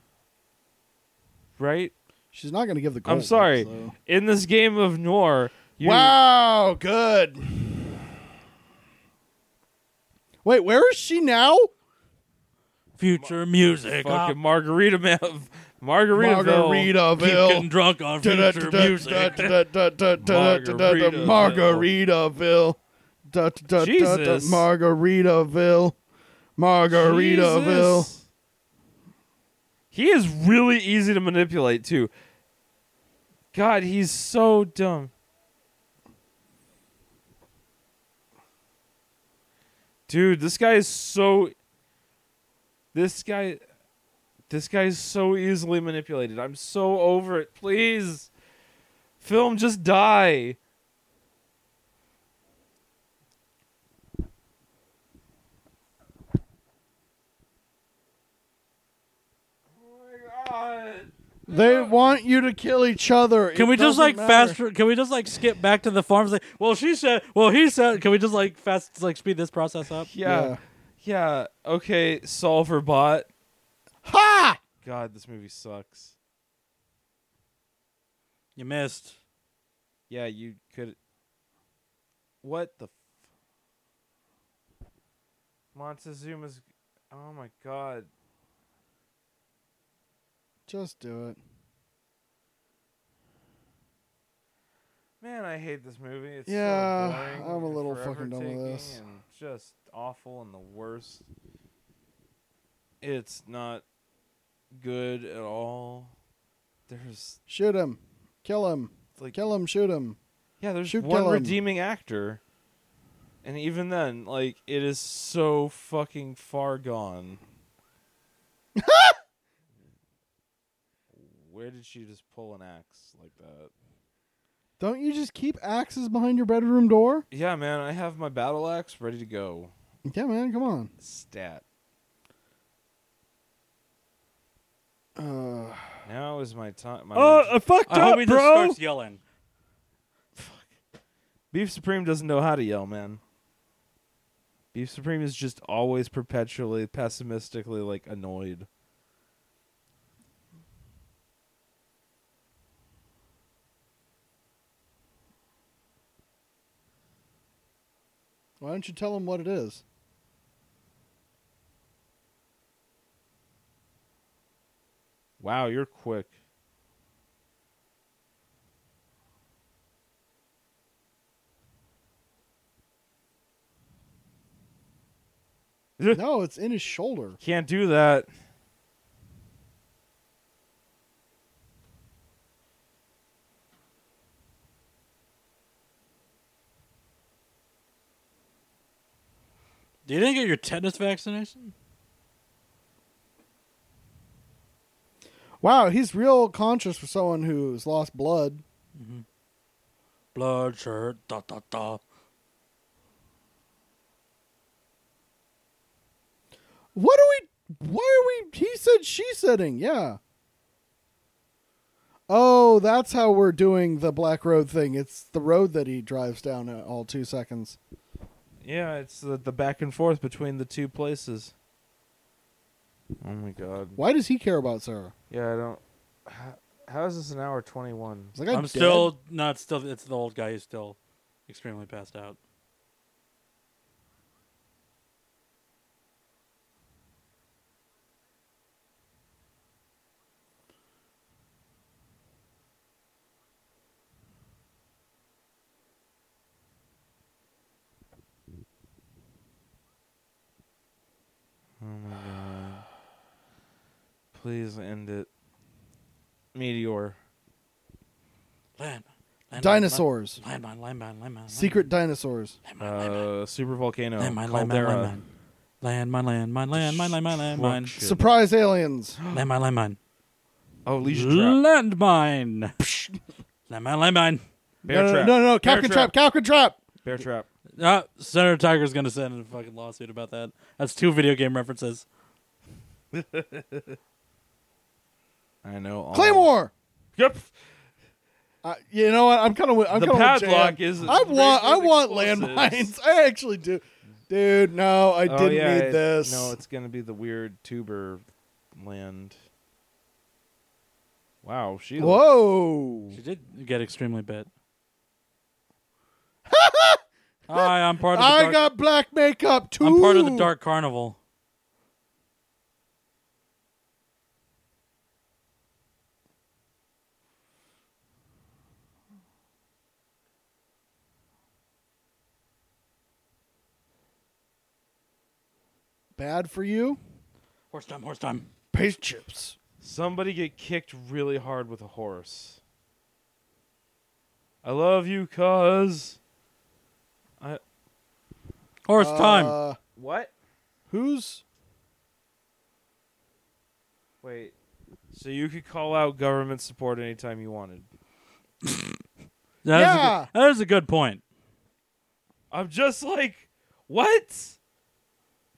Speaker 3: right?
Speaker 2: She's not going to give the.
Speaker 3: I'm
Speaker 2: gold,
Speaker 3: sorry.
Speaker 2: so-
Speaker 3: In this game of noir, you,
Speaker 2: Wow, good. Wait, where is she now?
Speaker 1: Future music.
Speaker 3: fucking Margarita Margaritaville, Margaritaville,
Speaker 1: Ah, Keep getting
Speaker 2: Margaritaville.
Speaker 1: drunk on future music.
Speaker 2: Da-da-da-da-da-da-da-da-da-da-da-da-da. Margaritaville. Da-da-da-da-da.
Speaker 3: Jesus.
Speaker 2: Margaritaville. Margaritaville.
Speaker 3: Jesus. He is really easy to manipulate too. God, he's so dumb. Dude, this guy is so this guy this guy is so easily manipulated. I'm so over it. Please. Film just die. Oh my god.
Speaker 2: They want you to kill each other.
Speaker 1: [LAUGHS] Can
Speaker 2: It
Speaker 1: we just
Speaker 2: doesn't
Speaker 1: like
Speaker 2: matter.
Speaker 1: fast? Can we just like skip back to the farms? Like, well, she said. Well, he said. Can we just like fast like speed this process up?
Speaker 3: Yeah. Yeah. Okay, solver bot.
Speaker 2: Ha!
Speaker 3: God, this movie sucks.
Speaker 1: You missed.
Speaker 3: Yeah, you could. What the? F- Montezuma's. Oh my god.
Speaker 2: Just do it.
Speaker 3: Man, I hate this movie. It's
Speaker 2: Yeah,
Speaker 3: so boring
Speaker 2: I'm a
Speaker 3: and
Speaker 2: little
Speaker 3: forever
Speaker 2: fucking done with
Speaker 3: taking
Speaker 2: this.
Speaker 3: And just awful and the worst. It's not good at all. There's
Speaker 2: Shoot him. Kill him.
Speaker 3: like
Speaker 2: Kill him. Shoot him.
Speaker 3: Yeah, there's
Speaker 2: Shoot
Speaker 3: one
Speaker 2: Dylan.
Speaker 3: redeeming actor. And even then, like, it is so fucking far gone. Where did she just pull an axe like that?
Speaker 2: Don't you just keep axes behind your bedroom door?
Speaker 3: Yeah, man, I have my battle axe ready to go.
Speaker 2: Yeah, man. Come on.
Speaker 3: Stat.
Speaker 2: Uh,
Speaker 3: Now is my time. My
Speaker 1: Oh,
Speaker 3: ninja-
Speaker 1: I fucked I hope
Speaker 3: up,
Speaker 1: he
Speaker 3: bro.
Speaker 1: Just starts yelling.
Speaker 3: Beef Supreme doesn't know how to yell, man. Beef Supreme is just always perpetually pessimistically like annoyed.
Speaker 2: why don't you tell him what it [LAUGHS] is?
Speaker 3: Wow, you're quick.
Speaker 2: no, it's in his shoulder.
Speaker 3: Can't do that.
Speaker 1: You didn't get your tetanus vaccination?
Speaker 2: Wow, he's real conscious for someone who's lost blood.
Speaker 1: Blood shirt. Da da da.
Speaker 2: What are we? Why are we? He said, she saiding. Yeah. Oh, that's how we're doing the Black Road thing. It's the road that he drives down uh, all two seconds.
Speaker 3: Yeah, it's the, the back and forth between the two places. Oh my god.
Speaker 2: Why does he care about Sarah?
Speaker 3: Yeah, I don't. How, how is this an hour 21?
Speaker 2: Is that guy
Speaker 1: I'm
Speaker 2: dead?
Speaker 1: still not still. It's the old guy who's still extremely passed out.
Speaker 3: Oh my god. Please end it. Meteor.
Speaker 1: Land. landmine,
Speaker 2: dinosaurs.
Speaker 1: Landmine. Landmine. Landmine.
Speaker 2: Secret dinosaurs.
Speaker 3: Uh, super volcano.
Speaker 1: Landmine. Landmine. Landmine. Landmine. Landmine. Landmine. Landmine. Landmine.
Speaker 3: Destruction.
Speaker 2: Surprise aliens.
Speaker 1: Landmine. Landmine.
Speaker 3: Oh, Leisure Trap.
Speaker 1: Landmine. [LAUGHS] Psh. Landmine.
Speaker 3: Bear
Speaker 2: no, no,
Speaker 3: Trap.
Speaker 2: no, no, no,
Speaker 3: Bear
Speaker 2: Captain Trap. Captain Trap.
Speaker 3: Bear Trap.
Speaker 1: Landmine. Uh, Senator Tiger's gonna send a fucking lawsuit about that. That's two video game references.
Speaker 3: I know. All
Speaker 2: Claymore.
Speaker 3: Yep.
Speaker 2: Uh, you know what? I'm kind of. I'm
Speaker 3: The
Speaker 2: kinda with
Speaker 3: padlock
Speaker 2: Jan.
Speaker 3: is
Speaker 2: I want. I
Speaker 3: racially
Speaker 2: want
Speaker 3: explosives.
Speaker 2: landmines. [LAUGHS] I actually do. Dude, no, I
Speaker 3: Oh,
Speaker 2: didn't
Speaker 3: yeah,
Speaker 2: need
Speaker 3: it-
Speaker 2: this.
Speaker 3: No, it's gonna be the weird tuber land. Wow, she
Speaker 2: Whoa.
Speaker 1: She did get extremely bit. Hi, I'm part of the
Speaker 2: I
Speaker 1: dark.
Speaker 2: got black makeup too.
Speaker 1: I'm part of the dark carnival.
Speaker 2: Bad for you.
Speaker 1: Horse time, horse time.
Speaker 2: Paste chips.
Speaker 3: somebody get kicked really hard with a horse. I love you, cuz. I
Speaker 1: Horse time.
Speaker 2: Uh,
Speaker 3: what?
Speaker 2: who's
Speaker 3: Wait. So you could call out government support anytime you wanted.
Speaker 1: That is a
Speaker 2: yeah.
Speaker 1: good- that is a good point.
Speaker 3: I'm just like, what?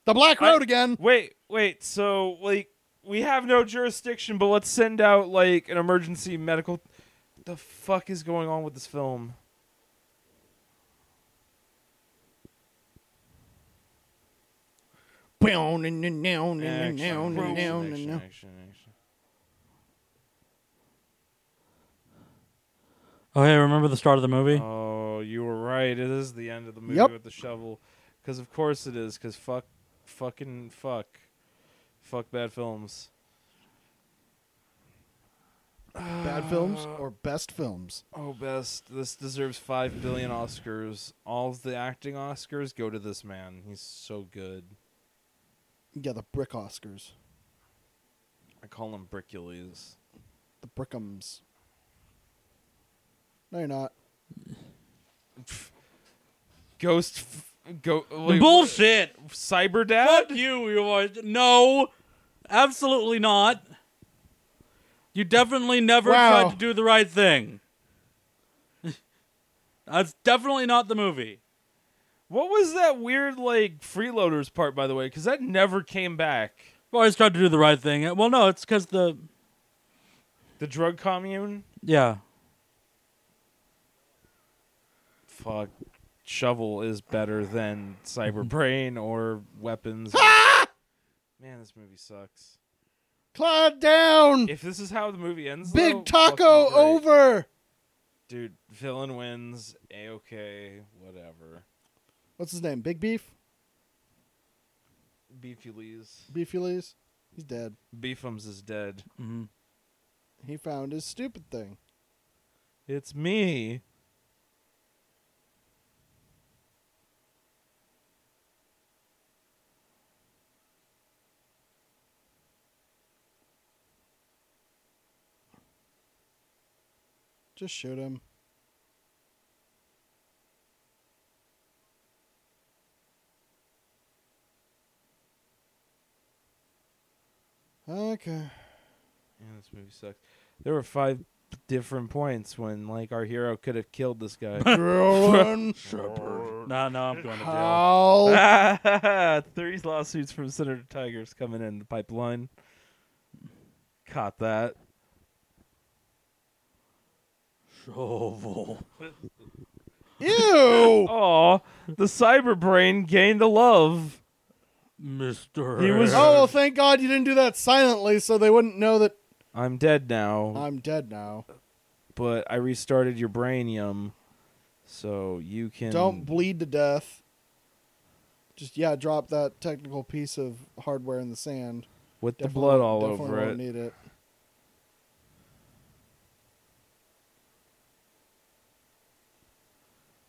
Speaker 2: the black
Speaker 3: I-
Speaker 2: road again?
Speaker 3: Wait, wait. So like, we have no jurisdiction, but let's send out like an emergency medical. The fuck is going on with this film? Action, action, action, action.
Speaker 1: Oh, hey, remember the start of the movie?
Speaker 3: Oh, you were right. It is the end of the movie
Speaker 2: Yep.
Speaker 3: with the shovel, because of course it is. Because fuck, fucking fuck, fuck bad films.
Speaker 2: Bad films or best films?
Speaker 3: Oh, best. This deserves five billion Oscars. All of the acting Oscars go to this man. He's so good.
Speaker 2: Yeah, the Brick Oscars,
Speaker 3: I call him Brickules.
Speaker 2: the Brickums. No, you're not.
Speaker 3: Ghost. F- go. Wait,
Speaker 1: Bullshit.
Speaker 3: what? Cyber
Speaker 1: Fuck
Speaker 3: Dad.
Speaker 1: you, you are. No, absolutely not. You definitely never
Speaker 2: Wow.
Speaker 1: tried to do the right thing. [LAUGHS] That's definitely not the movie.
Speaker 3: What was that weird like freeloaders part by the way? Because that never came back.
Speaker 1: I've always tried to do the right thing. Well, no, it's because the.
Speaker 3: The drug commune.
Speaker 1: Yeah.
Speaker 3: Fuck. Shovel is better than
Speaker 2: Mm-hmm.
Speaker 3: Cyberbrain or
Speaker 2: [LAUGHS]
Speaker 3: weapons. Man, this movie sucks.
Speaker 2: Clyde down.
Speaker 3: If this is how the movie ends, though,
Speaker 2: Big taco
Speaker 3: fucking great.
Speaker 2: over.
Speaker 3: Dude, villain wins. A okay, whatever.
Speaker 2: What's his name? Big Beef.
Speaker 3: Beefy Lees.
Speaker 2: Beefy Lee's. He's dead.
Speaker 3: Beefums is dead.
Speaker 1: Mm-hmm.
Speaker 2: He found his stupid thing.
Speaker 3: It's me.
Speaker 2: Just shoot him.
Speaker 3: [LAUGHS]
Speaker 2: Okay.
Speaker 3: Man, this movie sucks. There were five different points when like our hero could have killed this guy.
Speaker 2: [LAUGHS] Rowan
Speaker 4: Shepherd.
Speaker 1: No, no, I'm going to jail.
Speaker 2: Howl.
Speaker 3: [LAUGHS] Three lawsuits from Senator Tigers coming in the pipeline. Caught that.
Speaker 4: Shovel.
Speaker 2: Ew.
Speaker 3: [LAUGHS] Oh, the cyber brain gained a love.
Speaker 4: Mr.
Speaker 3: He was-
Speaker 2: Oh, well, thank God you didn't do that silently so they wouldn't know that
Speaker 3: I'm dead now,
Speaker 2: I'm dead now.
Speaker 3: but I restarted your brainium, so you can.
Speaker 2: Don't bleed to death. Just, yeah, drop that technical piece of hardware in the sand.
Speaker 3: with the
Speaker 2: Definitely
Speaker 3: blood
Speaker 2: won't-
Speaker 3: all
Speaker 2: definitely
Speaker 3: over
Speaker 2: won't
Speaker 3: it.
Speaker 2: Need it.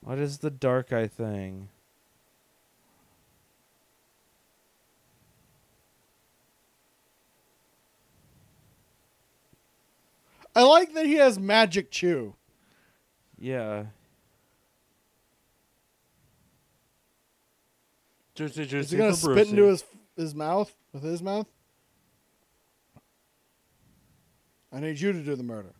Speaker 3: What is the dark eye thing?
Speaker 2: I like that he has magic chew.
Speaker 3: Yeah,
Speaker 1: Juicy, juicy
Speaker 2: Is he gonna
Speaker 1: for
Speaker 2: spit
Speaker 1: Brucey.
Speaker 2: into his his mouth with his mouth? I need you to do the murder.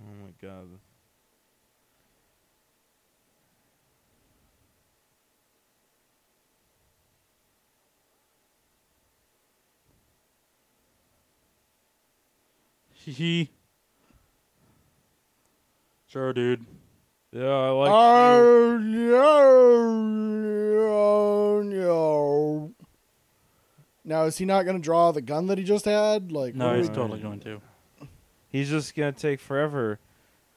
Speaker 3: Oh my god.
Speaker 1: Hee hee. Sure, dude.
Speaker 3: Yeah, I like. you.
Speaker 2: Oh, no, no, no. Now, is he not going to draw the gun that he just had? Like,
Speaker 1: No,
Speaker 2: what do
Speaker 1: he's
Speaker 2: we-
Speaker 1: totally going to.
Speaker 3: He's just gonna take forever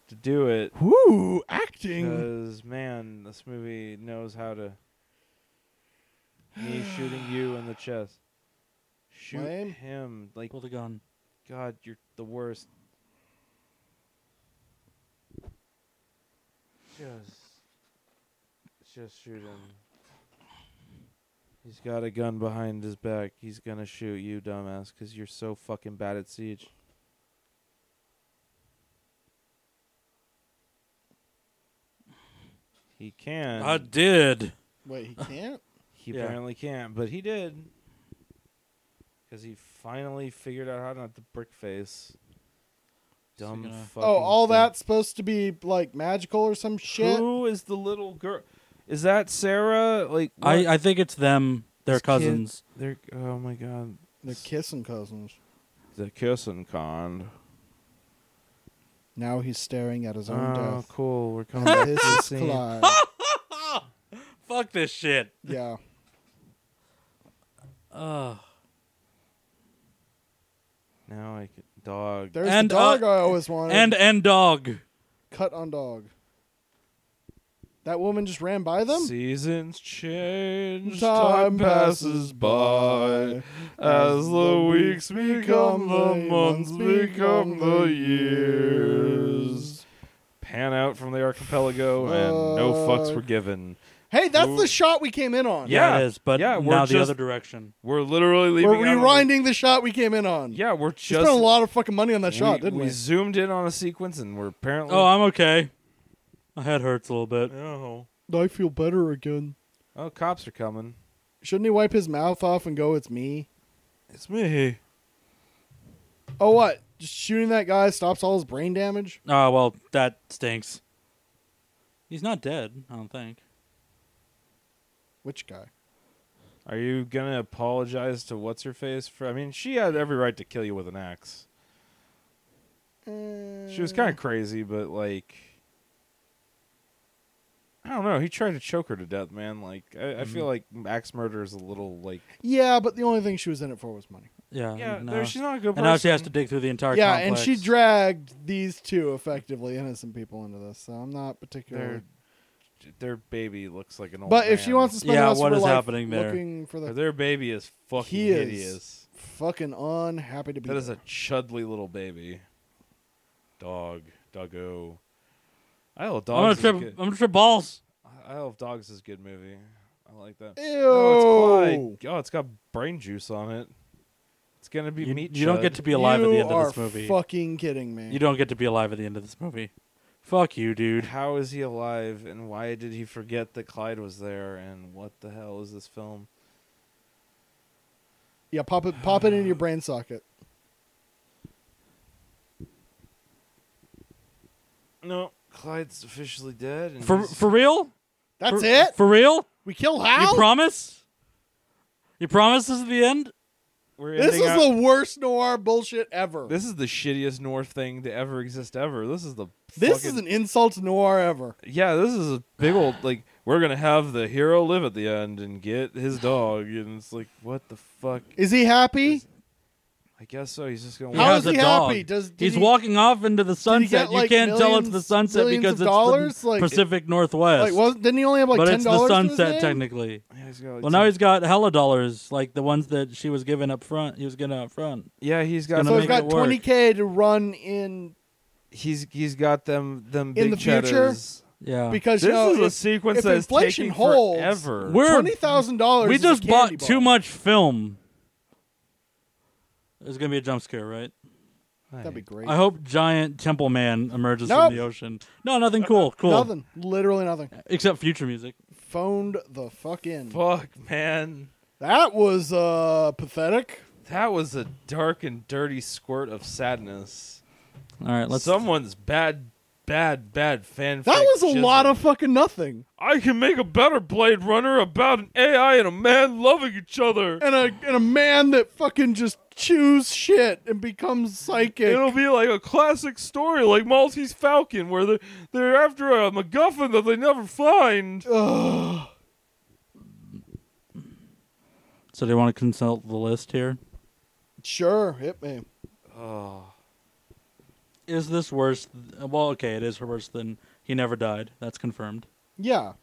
Speaker 3: to do it
Speaker 2: Woo,
Speaker 1: Uh,
Speaker 2: acting.
Speaker 3: because man, this movie knows how to. Me shooting you in the chest. Shoot
Speaker 2: Lame.
Speaker 3: him like
Speaker 1: Pull the gun.
Speaker 3: God, you're the worst. Just, just shoot him. He's got a gun behind his back. He's gonna shoot you, dumbass, because you're so fucking bad at siege. He can.
Speaker 1: I did.
Speaker 2: Wait,
Speaker 3: [LAUGHS]
Speaker 2: he can't?
Speaker 3: He
Speaker 1: Yeah.
Speaker 3: apparently can't, but he did. Because he finally figured out how to not the brick face.
Speaker 1: So
Speaker 3: Dumb
Speaker 1: you're gonna-
Speaker 3: fucking.
Speaker 2: oh, all
Speaker 3: thing.
Speaker 2: that's supposed to be, like, magical or some shit?
Speaker 3: Who is the little girl? Is that Sarah? Like what?
Speaker 1: I, I think it's them. They're
Speaker 3: These
Speaker 1: cousins.
Speaker 3: They're oh my god.
Speaker 2: They're kissing cousins.
Speaker 3: The kissing con.
Speaker 2: Now he's staring at his
Speaker 3: Oh,
Speaker 2: own death.
Speaker 3: cool.
Speaker 2: [LAUGHS]
Speaker 3: We're coming
Speaker 2: And
Speaker 3: back to
Speaker 2: this
Speaker 3: the
Speaker 2: is
Speaker 3: [LAUGHS] scene.
Speaker 2: Clyde.
Speaker 1: Fuck this shit.
Speaker 2: Yeah.
Speaker 1: Ugh.
Speaker 3: Now I can dog.
Speaker 2: There's
Speaker 1: And,
Speaker 2: the dog
Speaker 1: uh,
Speaker 2: I always wanted.
Speaker 1: and and dog.
Speaker 2: cut on dog. That woman just ran by them?
Speaker 3: Seasons change,
Speaker 2: Time passes by, as the weeks become the months, become the years.
Speaker 3: Pan out from the archipelago, and no fucks were
Speaker 2: Fuck.
Speaker 3: given.
Speaker 2: Hey, that's
Speaker 3: Ooh.
Speaker 2: the shot we came in on.
Speaker 3: Yeah,
Speaker 1: it is. But
Speaker 3: yeah, we're
Speaker 1: now the
Speaker 3: just-
Speaker 1: other direction.
Speaker 3: We're literally leaving.
Speaker 2: We're
Speaker 3: out on the-
Speaker 2: rewinding the shot we came in on.
Speaker 3: Yeah, we're
Speaker 2: we
Speaker 3: just
Speaker 2: spent a lot of fucking money on that
Speaker 3: we,
Speaker 2: shot, didn't we?
Speaker 3: we zoomed in on a sequence, and we're apparently.
Speaker 1: Oh, I'm okay. My head hurts a little bit.
Speaker 3: oh.
Speaker 2: I feel better again.
Speaker 3: Oh, cops are coming.
Speaker 2: Shouldn't he wipe his mouth off and go, it's me?
Speaker 3: It's me.
Speaker 2: Oh, what? Just shooting that guy stops all his brain damage?
Speaker 1: Oh well, that stinks. He's not dead. I don't think.
Speaker 2: Which guy?
Speaker 3: Are you gonna apologize to what's her face for? I mean, she had every right to kill you with an axe. She was kind of crazy, but like, I don't know. He tried to choke her to death, man. Like, I, I
Speaker 1: Mm-hmm.
Speaker 3: feel like axe murder is a little like.
Speaker 2: Yeah, but the only thing she was in it for was money.
Speaker 1: Yeah.
Speaker 3: Yeah,
Speaker 1: no.
Speaker 3: no, she's not a good person.
Speaker 1: and now she has to dig through the entire.
Speaker 2: yeah, and
Speaker 1: complex.
Speaker 2: she dragged these two effectively innocent people into this, so I'm not particularly.
Speaker 3: Their, their baby looks like an old.
Speaker 2: But if she
Speaker 3: man.
Speaker 2: wants to spend
Speaker 1: Yeah,
Speaker 2: the rest
Speaker 1: what
Speaker 2: of her
Speaker 1: is
Speaker 2: life
Speaker 1: happening there?
Speaker 2: looking for the
Speaker 3: their baby is fucking
Speaker 2: He is.
Speaker 3: hideous.
Speaker 2: fucking unhappy to be
Speaker 3: That is
Speaker 2: there.
Speaker 3: a chudly little baby. Dog, doggo. I love
Speaker 1: I'm gonna
Speaker 3: dogs.
Speaker 1: trip.
Speaker 3: is good.
Speaker 1: I'm gonna trip balls.
Speaker 3: I love dogs is a good movie. I like that.
Speaker 2: Ew.
Speaker 3: Oh, it's Clyde. Oh, it's got brain juice on it. It's gonna be
Speaker 1: You,
Speaker 3: meat.
Speaker 1: you don't
Speaker 3: chud.
Speaker 1: get to be alive
Speaker 2: you
Speaker 1: at the end
Speaker 2: are
Speaker 1: of this movie.
Speaker 2: fucking kidding me.
Speaker 1: You don't get to be alive at the end of this movie. Fuck you, dude.
Speaker 3: How is he alive, and why did he forget that Clyde was there? And what the hell is this film?
Speaker 2: Yeah, pop it, pop it into your brain socket.
Speaker 3: No, Clyde's officially dead. And
Speaker 1: For
Speaker 3: he's-
Speaker 1: for real?
Speaker 2: That's
Speaker 1: for,
Speaker 2: it.
Speaker 1: For real?
Speaker 2: we kill
Speaker 1: You
Speaker 2: Hal.
Speaker 1: promise? You promise this is the end?
Speaker 3: we're
Speaker 2: this
Speaker 3: ending
Speaker 2: is
Speaker 3: up-
Speaker 2: the worst noir bullshit ever. This,
Speaker 3: This is the shittiest North thing to ever exist ever. This is the
Speaker 2: is
Speaker 3: fucking-
Speaker 2: an insult to noir ever.
Speaker 3: yeah. This is a big old like we're gonna have the hero live at the end and get his dog, and it's like what the fuck.
Speaker 2: Is he happy?
Speaker 3: Is- I guess so. He's just gonna.
Speaker 1: He
Speaker 2: How
Speaker 3: walk-
Speaker 1: has
Speaker 2: is
Speaker 1: a
Speaker 2: he
Speaker 1: dog.
Speaker 2: happy? Does did
Speaker 1: He's
Speaker 2: he-
Speaker 1: walking off into the
Speaker 2: get,
Speaker 1: sunset.
Speaker 2: like,
Speaker 1: you can't tell it's
Speaker 2: millions-
Speaker 1: the sunset
Speaker 2: millions
Speaker 1: because
Speaker 2: of
Speaker 1: it's
Speaker 2: dollars?
Speaker 1: the
Speaker 2: Like-
Speaker 1: Pacific Northwest.
Speaker 2: Like, wasn't didn't he only have like
Speaker 1: but
Speaker 2: ten
Speaker 1: it's the
Speaker 2: dollars?
Speaker 1: sunset technically.
Speaker 3: Yeah, he's got, like,
Speaker 1: Well, now
Speaker 3: some-
Speaker 1: he's got hella dollars, like the ones that she was giving up front. He was giving up front.
Speaker 3: yeah, he's got.
Speaker 1: gonna
Speaker 2: So
Speaker 3: some-
Speaker 2: he's
Speaker 1: make
Speaker 2: got
Speaker 1: it work.
Speaker 2: twenty k to run in
Speaker 3: he's he's got them them big
Speaker 2: In the future?
Speaker 3: cheddars.
Speaker 1: Yeah.
Speaker 2: because
Speaker 3: This
Speaker 2: you know,
Speaker 3: is a
Speaker 2: if-
Speaker 3: sequence
Speaker 2: if
Speaker 3: that is
Speaker 2: inflation
Speaker 3: taking
Speaker 2: holds,
Speaker 3: forever.
Speaker 1: We're-
Speaker 2: twenty thousand dollars.
Speaker 1: we
Speaker 2: is a
Speaker 1: just
Speaker 2: candy
Speaker 1: bought
Speaker 2: bar.
Speaker 1: too much film. There's gonna be a jump scare, right?
Speaker 2: That'd be great.
Speaker 1: I hope giant temple man emerges
Speaker 2: Nope.
Speaker 1: from the ocean. No, nothing cool. Cool.
Speaker 2: Nothing. Literally nothing.
Speaker 1: Except future music.
Speaker 2: Phoned the fuck in.
Speaker 3: Fuck, man.
Speaker 2: That was uh pathetic.
Speaker 3: That was a dark and dirty squirt of sadness.
Speaker 1: All right, let's
Speaker 3: Someone's bad bad, bad fanfic.
Speaker 2: That was a
Speaker 3: chisel.
Speaker 2: lot of fucking nothing.
Speaker 3: I can make a better Blade Runner about an AI and a man loving each other.
Speaker 2: And a and a man that fucking just chews shit and becomes psychic.
Speaker 3: It'll be like a classic story, like Maltese Falcon, where they're, they're after a MacGuffin that they never find.
Speaker 2: Ugh.
Speaker 1: So do you want to consult the list here?
Speaker 2: Sure, hit me.
Speaker 3: Oh,
Speaker 1: Is this worse? Well, okay, it is worse than he never died. That's confirmed.
Speaker 2: Yeah.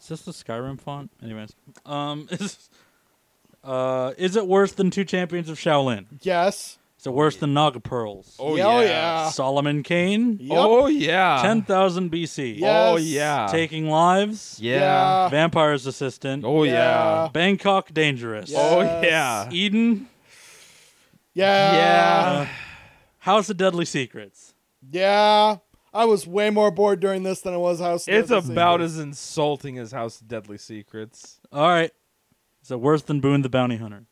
Speaker 1: Is this the Skyrim font? Anyways, um, [LAUGHS] is uh, is it worse than Two Champions of Shaolin?
Speaker 2: Yes.
Speaker 1: Is it worse than Naga Pearls?
Speaker 3: Oh,
Speaker 2: Yeah, oh,
Speaker 3: yeah.
Speaker 2: yeah.
Speaker 1: Solomon Kane,
Speaker 2: Yep.
Speaker 3: oh yeah.
Speaker 1: ten thousand BC.
Speaker 2: Yeah.
Speaker 3: Oh
Speaker 2: Yes.
Speaker 3: yeah.
Speaker 1: Taking lives.
Speaker 3: yeah.
Speaker 2: Yeah.
Speaker 1: Vampire's assistant.
Speaker 3: Oh yeah.
Speaker 2: Yeah.
Speaker 1: Bangkok dangerous.
Speaker 2: Yeah.
Speaker 3: Oh
Speaker 2: Yes.
Speaker 3: yeah.
Speaker 1: Eden. Uh,
Speaker 2: Yeah.
Speaker 3: Yeah.
Speaker 1: House of Deadly Secrets.
Speaker 2: Yeah. I was way more bored during this than I was House. of
Speaker 3: It's
Speaker 2: the Dead
Speaker 3: about
Speaker 2: Sea.
Speaker 3: as insulting as House of Deadly Secrets.
Speaker 1: All right. Is it worse than Boone the Bounty Hunter?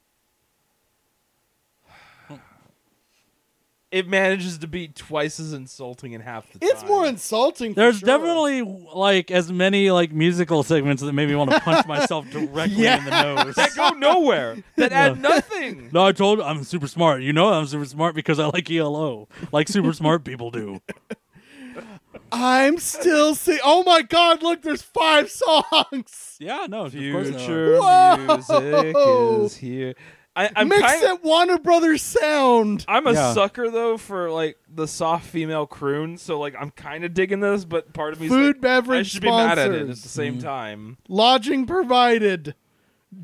Speaker 3: It manages to be twice as insulting in half the
Speaker 2: It's
Speaker 3: time. [LAUGHS]
Speaker 2: more insulting. for
Speaker 1: There's
Speaker 2: sure.
Speaker 1: definitely like as many like musical segments that made me want to punch [LAUGHS] myself directly in the nose.
Speaker 3: that go nowhere. That [LAUGHS] add nothing.
Speaker 1: No, I told I'm super smart. You know I'm super smart because I like ELO, like super smart people do.
Speaker 2: I'm still see. Oh my god! Look, there's five songs.
Speaker 1: [LAUGHS] Yeah, no, of course not.
Speaker 3: Future music
Speaker 2: Whoa.
Speaker 3: is here. I, I'm
Speaker 2: Mix
Speaker 3: kind
Speaker 2: it Warner Brothers sound.
Speaker 3: I'm a
Speaker 1: Yeah.
Speaker 3: sucker though for like the soft female croon, so like I'm kind of digging this, but part of me
Speaker 2: Food,
Speaker 3: like, I
Speaker 2: beverage,
Speaker 3: should be mad at it at the
Speaker 2: sponsors. Mm.
Speaker 3: same time.
Speaker 2: Lodging provided.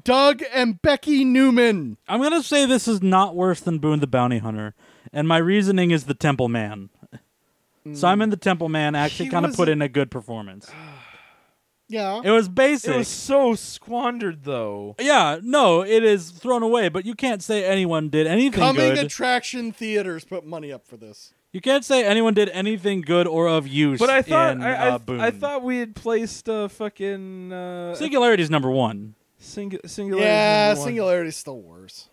Speaker 2: Doug and Becky Newman.
Speaker 1: I'm gonna say this is not worse than Boone the Bounty Hunter, and my reasoning is the Temple Man. Simon the Temple Man actually
Speaker 3: He
Speaker 1: kind of
Speaker 3: was
Speaker 1: put
Speaker 3: a-
Speaker 1: in Mm. a good [GASPS] performance.
Speaker 2: Yeah.
Speaker 1: It was basic.
Speaker 3: It was so squandered though.
Speaker 1: Yeah, no, it is thrown away, but you can't say anyone did anything
Speaker 2: Coming
Speaker 1: good.
Speaker 2: attraction theaters put money up for this.
Speaker 1: you can't say anyone did anything good or of use.
Speaker 3: But I thought
Speaker 1: in,
Speaker 3: I, I,
Speaker 1: uh, Boone.
Speaker 3: I thought we had placed uh, fucking uh,
Speaker 1: Singularity's number one.
Speaker 3: sing- singularity.
Speaker 2: yeah,
Speaker 3: number one.
Speaker 2: Singularity's still worse.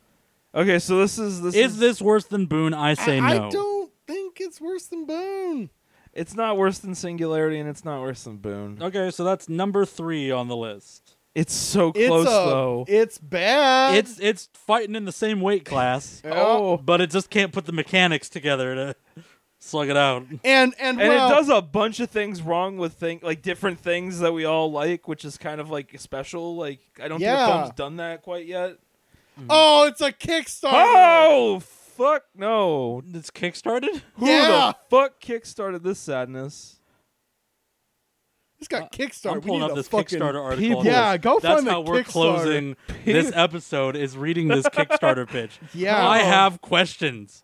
Speaker 3: Okay, so this is this
Speaker 1: Is this worse than Boone? I say
Speaker 2: I,
Speaker 1: no.
Speaker 2: I don't think it's worse than Boone.
Speaker 3: It's not worse than Singularity, and it's not worse than Boone.
Speaker 1: Okay, so that's number three on the list.
Speaker 3: It's so
Speaker 2: It's
Speaker 3: close
Speaker 2: a-
Speaker 3: though.
Speaker 2: It's bad.
Speaker 1: It's it's fighting in the same weight class,
Speaker 2: Yeah.
Speaker 3: oh,
Speaker 1: but it just can't put the mechanics together to slug it out.
Speaker 2: and and,
Speaker 3: and
Speaker 2: well,
Speaker 3: it does a bunch of things wrong with thing like different things that we all like, which is kind of like special. Like I don't think
Speaker 2: Yeah.
Speaker 3: the film's done that quite yet.
Speaker 2: Oh, it's a Kickstarter.
Speaker 3: Oh fuck no!
Speaker 1: It's kickstarted.
Speaker 3: Who
Speaker 2: Yeah.
Speaker 3: the fuck kickstarted this sadness?
Speaker 2: It's got Kickstarter.
Speaker 1: Uh, I'm
Speaker 2: we
Speaker 1: pulling
Speaker 2: need
Speaker 1: up
Speaker 2: a
Speaker 1: this
Speaker 2: fucking-
Speaker 1: Kickstarter article.
Speaker 3: people.
Speaker 2: Yeah, go
Speaker 1: That's
Speaker 2: find the
Speaker 1: how we're
Speaker 2: Kickstarter.
Speaker 1: closing this episode. Is reading this Kickstarter pitch.
Speaker 2: [LAUGHS] Yeah.
Speaker 1: I have questions.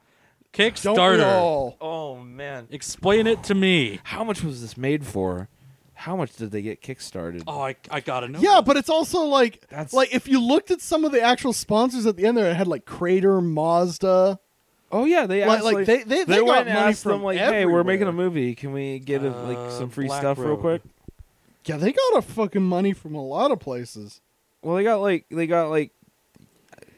Speaker 2: Don't we
Speaker 1: Kickstarter.
Speaker 2: all?
Speaker 3: Oh man,
Speaker 1: Explain it to me.
Speaker 3: how much was this made for? How much did they get kickstarted?
Speaker 1: Oh, I, I gotta know.
Speaker 2: Yeah, but it's also like
Speaker 3: That's-
Speaker 2: like if you looked at some of the actual sponsors at the end there, it had like Crater, Mazda.
Speaker 3: Oh, yeah, they
Speaker 2: Like-
Speaker 3: asked,
Speaker 2: like, they- they- they
Speaker 3: went
Speaker 2: got
Speaker 3: and
Speaker 2: money
Speaker 3: asked them
Speaker 2: from
Speaker 3: like, hey, we're making a
Speaker 2: everywhere.
Speaker 3: movie. Can we get a, like
Speaker 1: Uh,
Speaker 3: some free
Speaker 1: Black
Speaker 3: stuff real
Speaker 1: Road.
Speaker 3: quick?
Speaker 2: Yeah, they got a fucking money from a lot of places.
Speaker 3: Well, they got like they got like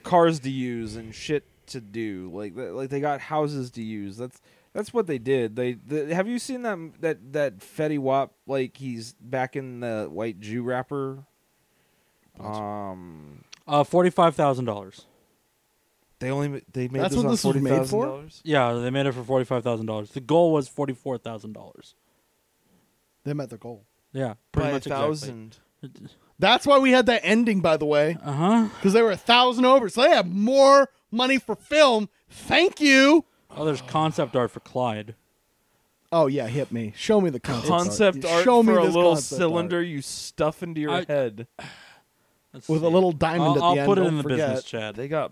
Speaker 3: cars to use and shit to do. Like th- like they got houses to use. That's that's what they did. They, the have you seen that that that Fetty Wap like he's back in the white Jew rapper. Um,
Speaker 1: Uh, forty-five thousand dollars.
Speaker 3: they only ma- they made
Speaker 2: That's
Speaker 3: this
Speaker 2: what
Speaker 3: on
Speaker 2: this was
Speaker 3: forty
Speaker 2: made
Speaker 3: thousand
Speaker 2: for?
Speaker 3: dollars.
Speaker 1: Yeah, they made it for forty-five thousand dollars. The goal was forty-four thousand dollars.
Speaker 2: They met their goal.
Speaker 1: Yeah, pretty
Speaker 3: By a
Speaker 1: much
Speaker 3: thousand.
Speaker 2: That's why we had that ending, by the way,
Speaker 1: Uh huh.
Speaker 2: because they were a thousand over, so they have more money for film. Thank you.
Speaker 1: Oh, there's concept art for Clyde.
Speaker 2: Oh yeah, hit me. Show me the concept,
Speaker 3: Concept
Speaker 2: art.
Speaker 3: art
Speaker 2: Show me
Speaker 3: for a
Speaker 2: this
Speaker 3: little
Speaker 2: concept art.
Speaker 3: cylinder you stuff into your
Speaker 1: I-
Speaker 3: head.
Speaker 1: Let's
Speaker 2: with
Speaker 1: see.
Speaker 2: a little diamond
Speaker 1: I'll,
Speaker 2: at
Speaker 1: I'll
Speaker 2: the end.
Speaker 1: put it
Speaker 2: Don't
Speaker 1: in the
Speaker 2: forget.
Speaker 1: business chat.
Speaker 3: They got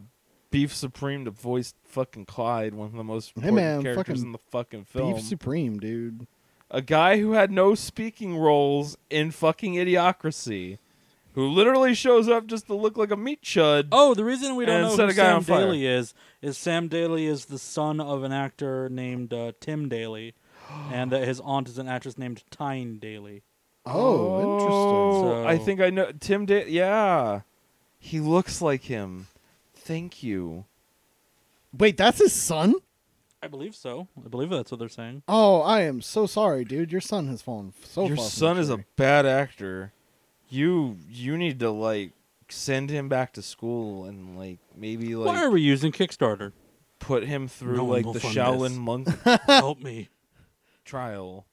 Speaker 3: Beef Supreme to voice fucking Clyde, one of the most
Speaker 2: Hey,
Speaker 3: important
Speaker 2: man,
Speaker 3: characters
Speaker 2: fucking
Speaker 3: in the fucking film.
Speaker 2: Beef Supreme, dude.
Speaker 3: a guy who had no speaking roles in fucking Idiocracy, who literally shows up just to look like a meat chud.
Speaker 1: Oh, the reason we don't
Speaker 3: And
Speaker 1: know
Speaker 3: set
Speaker 1: who
Speaker 3: a guy
Speaker 1: Sam
Speaker 3: on fire.
Speaker 1: Daly is is Sam Daly is the son of an actor named uh, Tim
Speaker 3: [GASPS]
Speaker 1: Daly, and that his aunt is an actress named Tyne Daly.
Speaker 2: Oh,
Speaker 3: Oh,
Speaker 1: So-
Speaker 3: I think I know Tim. Da- yeah, he looks like him. Thank you.
Speaker 2: Wait, that's his son?
Speaker 1: I I believe so. I believe that's what they're saying.
Speaker 2: Oh, I am so sorry, dude. Your son has fallen f- so
Speaker 3: Your
Speaker 2: far from
Speaker 3: son
Speaker 2: the
Speaker 3: is a
Speaker 2: tree.
Speaker 3: bad actor. You you need to like send him back to school and like maybe like
Speaker 1: Why are we using
Speaker 3: [LAUGHS]
Speaker 1: Kickstarter?
Speaker 3: put him through
Speaker 4: No one
Speaker 3: like
Speaker 4: will
Speaker 3: the
Speaker 4: fund
Speaker 3: Shaolin
Speaker 4: this. [LAUGHS]
Speaker 3: monk
Speaker 4: Help me.
Speaker 3: trial.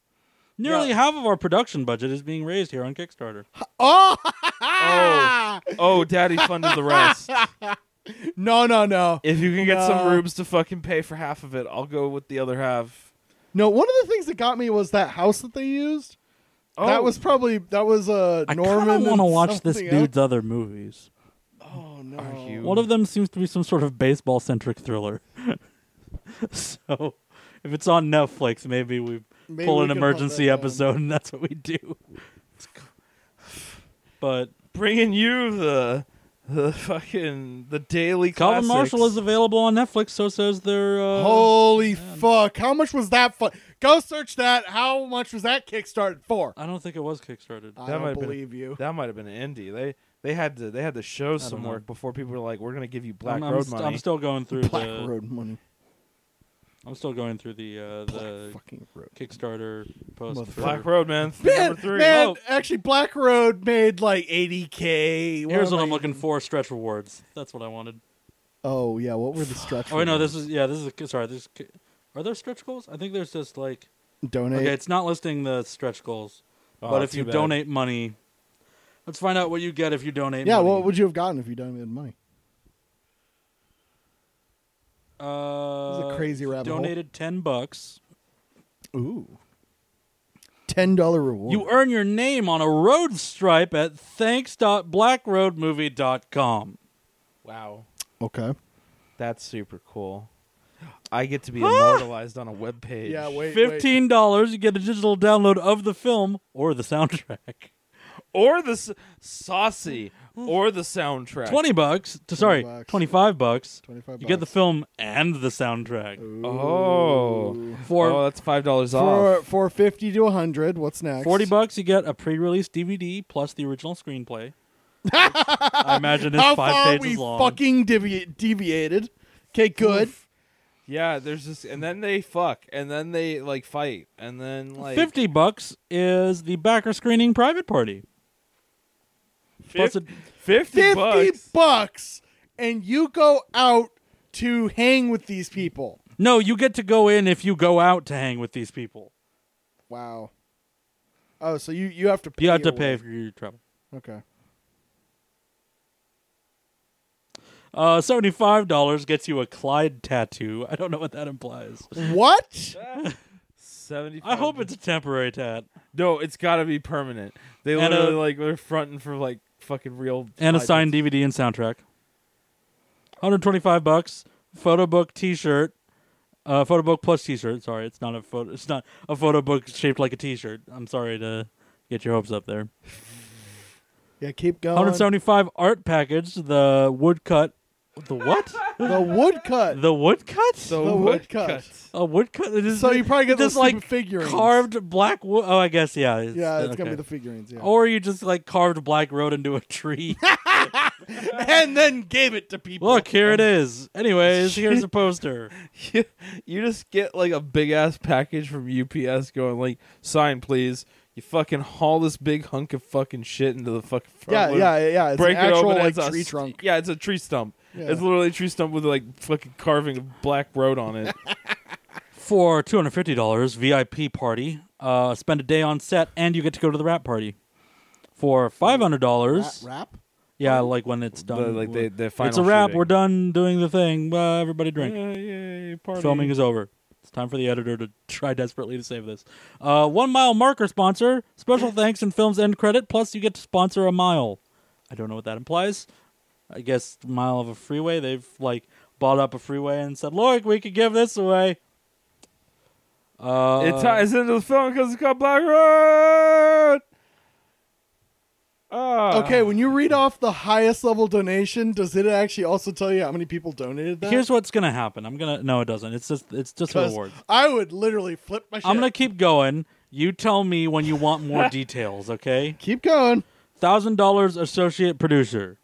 Speaker 1: Nearly half of our production budget is being raised here on Kickstarter.
Speaker 2: Oh!
Speaker 1: Ah!
Speaker 3: Oh. Oh, daddy funded the
Speaker 1: [LAUGHS]
Speaker 3: rest.
Speaker 2: No, no, no.
Speaker 3: If you can get some
Speaker 2: No.
Speaker 3: rubes to fucking pay for half of it, I'll go with the other half.
Speaker 2: No, one of the things that got me was that house that they used.
Speaker 3: Oh,
Speaker 2: That was probably that was uh,
Speaker 1: I
Speaker 2: Norman.
Speaker 1: kind of want to
Speaker 2: and
Speaker 1: watch this
Speaker 2: something
Speaker 1: dude's other movies.
Speaker 2: else. Oh no!
Speaker 3: Are you-
Speaker 1: One of them seems to be some sort of baseball centric thriller. [LAUGHS] so if it's on Netflix, maybe we
Speaker 2: Maybe
Speaker 1: pull
Speaker 2: we
Speaker 1: an
Speaker 2: can put
Speaker 1: emergency
Speaker 2: that down.
Speaker 1: episode and that's what we do. [SIGHS] But
Speaker 3: bringing you the the fucking the daily.
Speaker 1: Calvin
Speaker 3: classics.
Speaker 1: Marshall is available on Netflix, so says their. Uh,
Speaker 2: Holy fuck! How much was that? Fu- Go search that. How much was that Kickstarted for?
Speaker 1: I don't think it was kickstarted.
Speaker 2: I
Speaker 3: That might
Speaker 2: don't
Speaker 3: have been-
Speaker 2: believe you.
Speaker 3: That might have been indie. They they had to they had to show some
Speaker 1: know.
Speaker 3: work before people were like, "We're gonna give you Black
Speaker 1: I'm, I'm
Speaker 3: Road
Speaker 1: st-
Speaker 3: money."
Speaker 1: I'm still going through
Speaker 2: Black
Speaker 1: the.
Speaker 2: Road money.
Speaker 1: I'm still going through the uh,
Speaker 2: Black
Speaker 1: the
Speaker 2: fucking road.
Speaker 1: Kickstarter post. for-
Speaker 3: Black Road, man.
Speaker 2: Man,
Speaker 3: Number three.
Speaker 2: man,
Speaker 1: Oh.
Speaker 2: actually, Black Road made like 80k.
Speaker 1: Here's what
Speaker 2: am
Speaker 1: I'm
Speaker 2: I-
Speaker 1: looking for: stretch rewards. That's what I wanted.
Speaker 2: Oh yeah,
Speaker 1: [SIGHS]
Speaker 2: what were the stretch?
Speaker 1: Oh wait, no,
Speaker 2: rewards?
Speaker 1: this is yeah, this is a, sorry. This is- are there stretch goals? I think there's just like
Speaker 2: donate.
Speaker 1: okay, it's not listing the stretch goals,
Speaker 3: Oh,
Speaker 1: but if
Speaker 3: too
Speaker 1: you
Speaker 3: bad.
Speaker 1: donate money, let's find out what you get if you donate.
Speaker 2: yeah,
Speaker 1: money.
Speaker 2: what would you have gotten if you donated money?
Speaker 1: Uh,
Speaker 2: This is a crazy rabbit hole.
Speaker 1: Donated ten bucks.
Speaker 2: Ooh, ten dollar reward.
Speaker 1: You earn your name on a road stripe at thanks.blackroadmovie.com.
Speaker 3: wow,
Speaker 2: okay?
Speaker 3: that's super cool. I get
Speaker 1: [GASPS]
Speaker 3: to be immortalized on a web page.
Speaker 2: Yeah, wait, wait.
Speaker 1: Fifteen dollars, you get a digital download of the film or the soundtrack.
Speaker 3: or the s- saucy, or the soundtrack.
Speaker 1: Twenty bucks. To, sorry,
Speaker 2: 20 bucks.
Speaker 1: twenty-five bucks.
Speaker 2: 25
Speaker 1: You get the
Speaker 2: bucks.
Speaker 1: film and the soundtrack
Speaker 3: Oh,
Speaker 1: for
Speaker 3: oh, that's five dollars
Speaker 2: for
Speaker 3: off.
Speaker 2: for fifty to hundred. What's next?
Speaker 1: forty bucks. You get a pre-release DVD plus the original screenplay.
Speaker 2: [LAUGHS]
Speaker 1: which I imagine it's
Speaker 2: How far
Speaker 1: five
Speaker 2: we
Speaker 1: pages long.
Speaker 2: fucking devi- deviated? Okay, good.
Speaker 3: Yeah, there's just and then they fuck and then they like fight and then like
Speaker 1: Fifty bucks is the backer screening private party. Plus, a,
Speaker 3: fifty,
Speaker 2: Fifty
Speaker 3: bucks.
Speaker 2: bucks, and you go out to hang with these people.
Speaker 1: no, you get to go in if you go out to hang with these people.
Speaker 2: Wow. Oh, so you you have to pay
Speaker 1: You have to
Speaker 2: your
Speaker 1: pay
Speaker 2: way.
Speaker 1: for your trouble.
Speaker 2: Okay.
Speaker 1: Uh, seventy-five dollars gets you a Clyde tattoo. I don't know what that implies. [LAUGHS]
Speaker 2: What?
Speaker 3: Seventy.
Speaker 1: I hope it's a temporary tat
Speaker 3: No, it's got to be permanent. They
Speaker 1: And a-
Speaker 3: literally like they're fronting for like fucking real
Speaker 1: and a
Speaker 3: five
Speaker 1: signed DVD and soundtrack. One hundred twenty-five bucks. Photo book T-shirt. Uh, photo book plus T-shirt. Sorry, it's not a photo. It's not a photo book shaped like a T-shirt. I'm sorry to get your hopes up there.
Speaker 2: Yeah, keep going.
Speaker 1: One hundred seventy-five art package. The woodcut. The what?
Speaker 2: [LAUGHS] The woodcut.
Speaker 1: the woodcut.
Speaker 3: minutes. So
Speaker 2: The woodcut.
Speaker 3: woodcut.
Speaker 1: a woodcut. It is
Speaker 2: so you probably get
Speaker 1: this
Speaker 2: those
Speaker 1: like
Speaker 2: stupid figurines.
Speaker 1: carved black wood. Oh, I guess yeah. It's,
Speaker 2: Yeah,
Speaker 1: okay.
Speaker 2: it's
Speaker 1: Oh,
Speaker 2: gonna be the figurines. Yeah.
Speaker 1: Or you just like carved black road into a tree. [LAUGHS]
Speaker 2: and then gave it to people.
Speaker 1: Look, here it is. Anyways, here's a poster.
Speaker 3: You, you just get like a big ass package from UPS going like sign please. You fucking haul this big hunk of fucking shit into the fucking front
Speaker 2: Yeah,
Speaker 3: loop,
Speaker 2: yeah, yeah. It's
Speaker 3: break
Speaker 2: an actual
Speaker 3: it open.
Speaker 2: like
Speaker 3: it's a
Speaker 2: tree
Speaker 3: st-
Speaker 2: trunk.
Speaker 3: Yeah, it's a tree stump.
Speaker 2: Yeah.
Speaker 3: It's literally a tree stump with like fucking carving of black road on it.
Speaker 1: For two hundred fifty dollars, VIP party. Uh, spend a day on set, and you get to go to the rap party. For five hundred dollars,
Speaker 2: Wrap.
Speaker 1: yeah, like when it's [LAUGHS] done,
Speaker 3: The- like they, the final
Speaker 1: it's a wrap.
Speaker 3: shooting.
Speaker 1: We're done doing the thing. Uh, everybody drink.
Speaker 3: Yeah, yay, party.
Speaker 1: Filming is over. It's time for the editor to [LAUGHS] try desperately to save this. Uh, one mile marker sponsor.
Speaker 2: [LAUGHS]
Speaker 1: Special thanks and films end credit. Plus, you get to sponsor a mile. I don't know what that implies. I guess mile of a freeway. They've like bought up a freeway and said, "Look, we could give this away." Uh,
Speaker 3: it ties into the film because it's called Black Road. Ah.
Speaker 2: Okay, when you read off the highest level donation, does it actually also tell you how many people donated that?
Speaker 1: Here's what's gonna happen. I'm gonna no, it doesn't. It's just it's just
Speaker 2: 'Cause
Speaker 1: rewards.
Speaker 2: I would literally flip my Oh, shit.
Speaker 1: I'm gonna keep going. You tell me when you want
Speaker 2: [LAUGHS]
Speaker 1: more details, okay?
Speaker 2: keep going.
Speaker 1: Thousand dollars associate producer.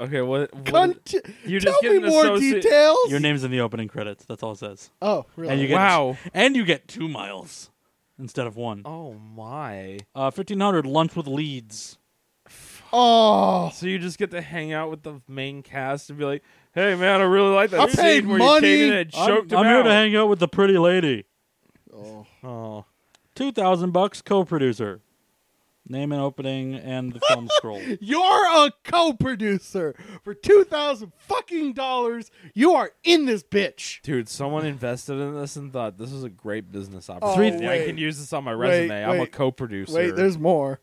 Speaker 3: Okay, what? what
Speaker 2: Conti-
Speaker 3: you
Speaker 2: tell
Speaker 3: just get
Speaker 2: me
Speaker 3: an
Speaker 2: more
Speaker 3: associate-
Speaker 2: details.
Speaker 1: Your name's in the opening credits. That's all it says.
Speaker 2: Oh, really?
Speaker 1: And you get
Speaker 3: Wow.
Speaker 1: and you get two miles instead of one.
Speaker 3: Oh my.
Speaker 1: Uh, fifteen hundred lunch with leads.
Speaker 2: oh,
Speaker 3: So you just get to hang out with the main cast and be like, "Hey man, I really like that
Speaker 2: I
Speaker 3: scene
Speaker 2: paid
Speaker 3: where
Speaker 2: money.
Speaker 3: you came in and choked
Speaker 1: I'm, I'm
Speaker 3: him
Speaker 1: here
Speaker 3: out."
Speaker 1: to hang out with the pretty lady.
Speaker 2: oh,
Speaker 3: oh,
Speaker 1: Two thousand bucks co-producer. Name and opening and the
Speaker 2: [LAUGHS]
Speaker 1: film scroll.
Speaker 2: [LAUGHS] you're a co-producer for two thousand fucking dollars. You are in this bitch.
Speaker 3: dude, someone invested in this and thought this is a great business
Speaker 2: Three-
Speaker 3: opportunity. I
Speaker 2: Oh, wait.
Speaker 3: can use this on my
Speaker 2: Wait,
Speaker 3: resume. I'm a
Speaker 2: wait.
Speaker 3: co-producer.
Speaker 2: Wait, there's more.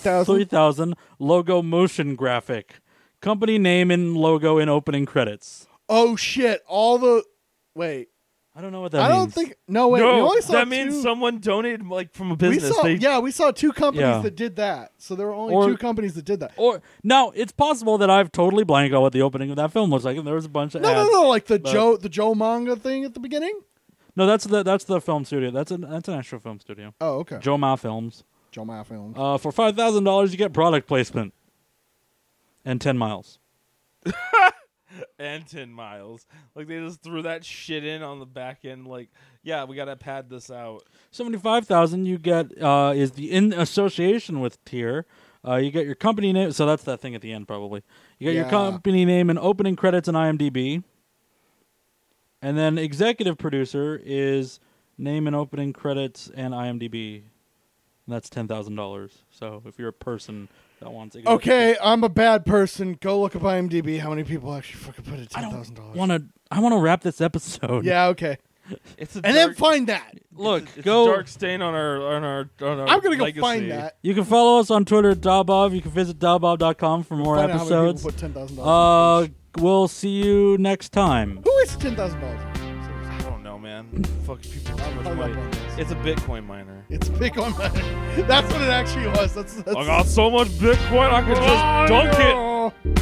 Speaker 1: Three
Speaker 2: thousand.
Speaker 1: thousand logo motion graphic. Company name and logo in opening credits.
Speaker 2: Oh shit! All the wait.
Speaker 1: I don't know what that
Speaker 2: I
Speaker 1: means.
Speaker 2: don't think. No wait. we
Speaker 3: no,
Speaker 2: only saw
Speaker 3: that means
Speaker 2: two-
Speaker 3: someone donated like from a
Speaker 2: We
Speaker 3: business.
Speaker 2: saw,
Speaker 3: they,
Speaker 2: yeah, we saw two companies
Speaker 1: Yeah.
Speaker 2: that did that. So there were only
Speaker 1: Or-
Speaker 2: two companies that did that.
Speaker 1: Or now it's possible that I've totally blanked on what the opening of that film looks like, and there was a bunch of
Speaker 2: No,
Speaker 1: ads.
Speaker 2: no, no! Like the
Speaker 1: but-
Speaker 2: Joe, the Joe manga thing at the beginning.
Speaker 1: No, that's the that's the film studio. That's an that's an actual film studio.
Speaker 2: Oh, okay. Joe, Oh,
Speaker 1: Joe Ma Films.
Speaker 2: Joe Maya film.
Speaker 1: Uh, for five thousand dollars, you get product placement and ten miles.
Speaker 3: and 10 miles. Like they just threw that shit in on the back end. Like, yeah, we gotta pad this out.
Speaker 1: Seventy-five thousand you get uh, is the in association with tier. Uh, you get your company name, so that's that thing at the end probably. You get your
Speaker 2: Yeah.
Speaker 1: company name and opening credits on IMDb, and then executive producer is name and opening credits and IMDb. And that's ten thousand dollars. So if you're a person that wants, executive-
Speaker 2: Okay, I'm a bad person. Go look up IMDb. How many people actually fucking put in
Speaker 1: I
Speaker 2: ten thousand
Speaker 1: don't
Speaker 2: dollars?
Speaker 1: want to. I want to wrap this episode.
Speaker 2: Yeah, okay.
Speaker 3: It's a
Speaker 2: And
Speaker 3: dark,
Speaker 2: then find that.
Speaker 1: Look,
Speaker 3: it's a- it's a
Speaker 1: go.
Speaker 3: dark stain on our on our on our.
Speaker 2: I'm gonna go
Speaker 3: legacy.
Speaker 2: find that.
Speaker 1: You can follow us on Twitter at Dabov. You can visit Dabov.com for more
Speaker 2: find Out how many
Speaker 1: episodes.
Speaker 2: people put ten thousand dollars.
Speaker 1: Uh, we'll see you next time.
Speaker 2: who is ten thousand dollars?
Speaker 3: I don't know, man. Fuck people too much
Speaker 2: Probably
Speaker 3: money.
Speaker 2: not one.
Speaker 3: It's a Bitcoin miner.
Speaker 2: It's Bitcoin [LAUGHS] mining. That's Oh, what it actually was. That's, that's
Speaker 3: I got so much Bitcoin I could just dunk it.
Speaker 2: it.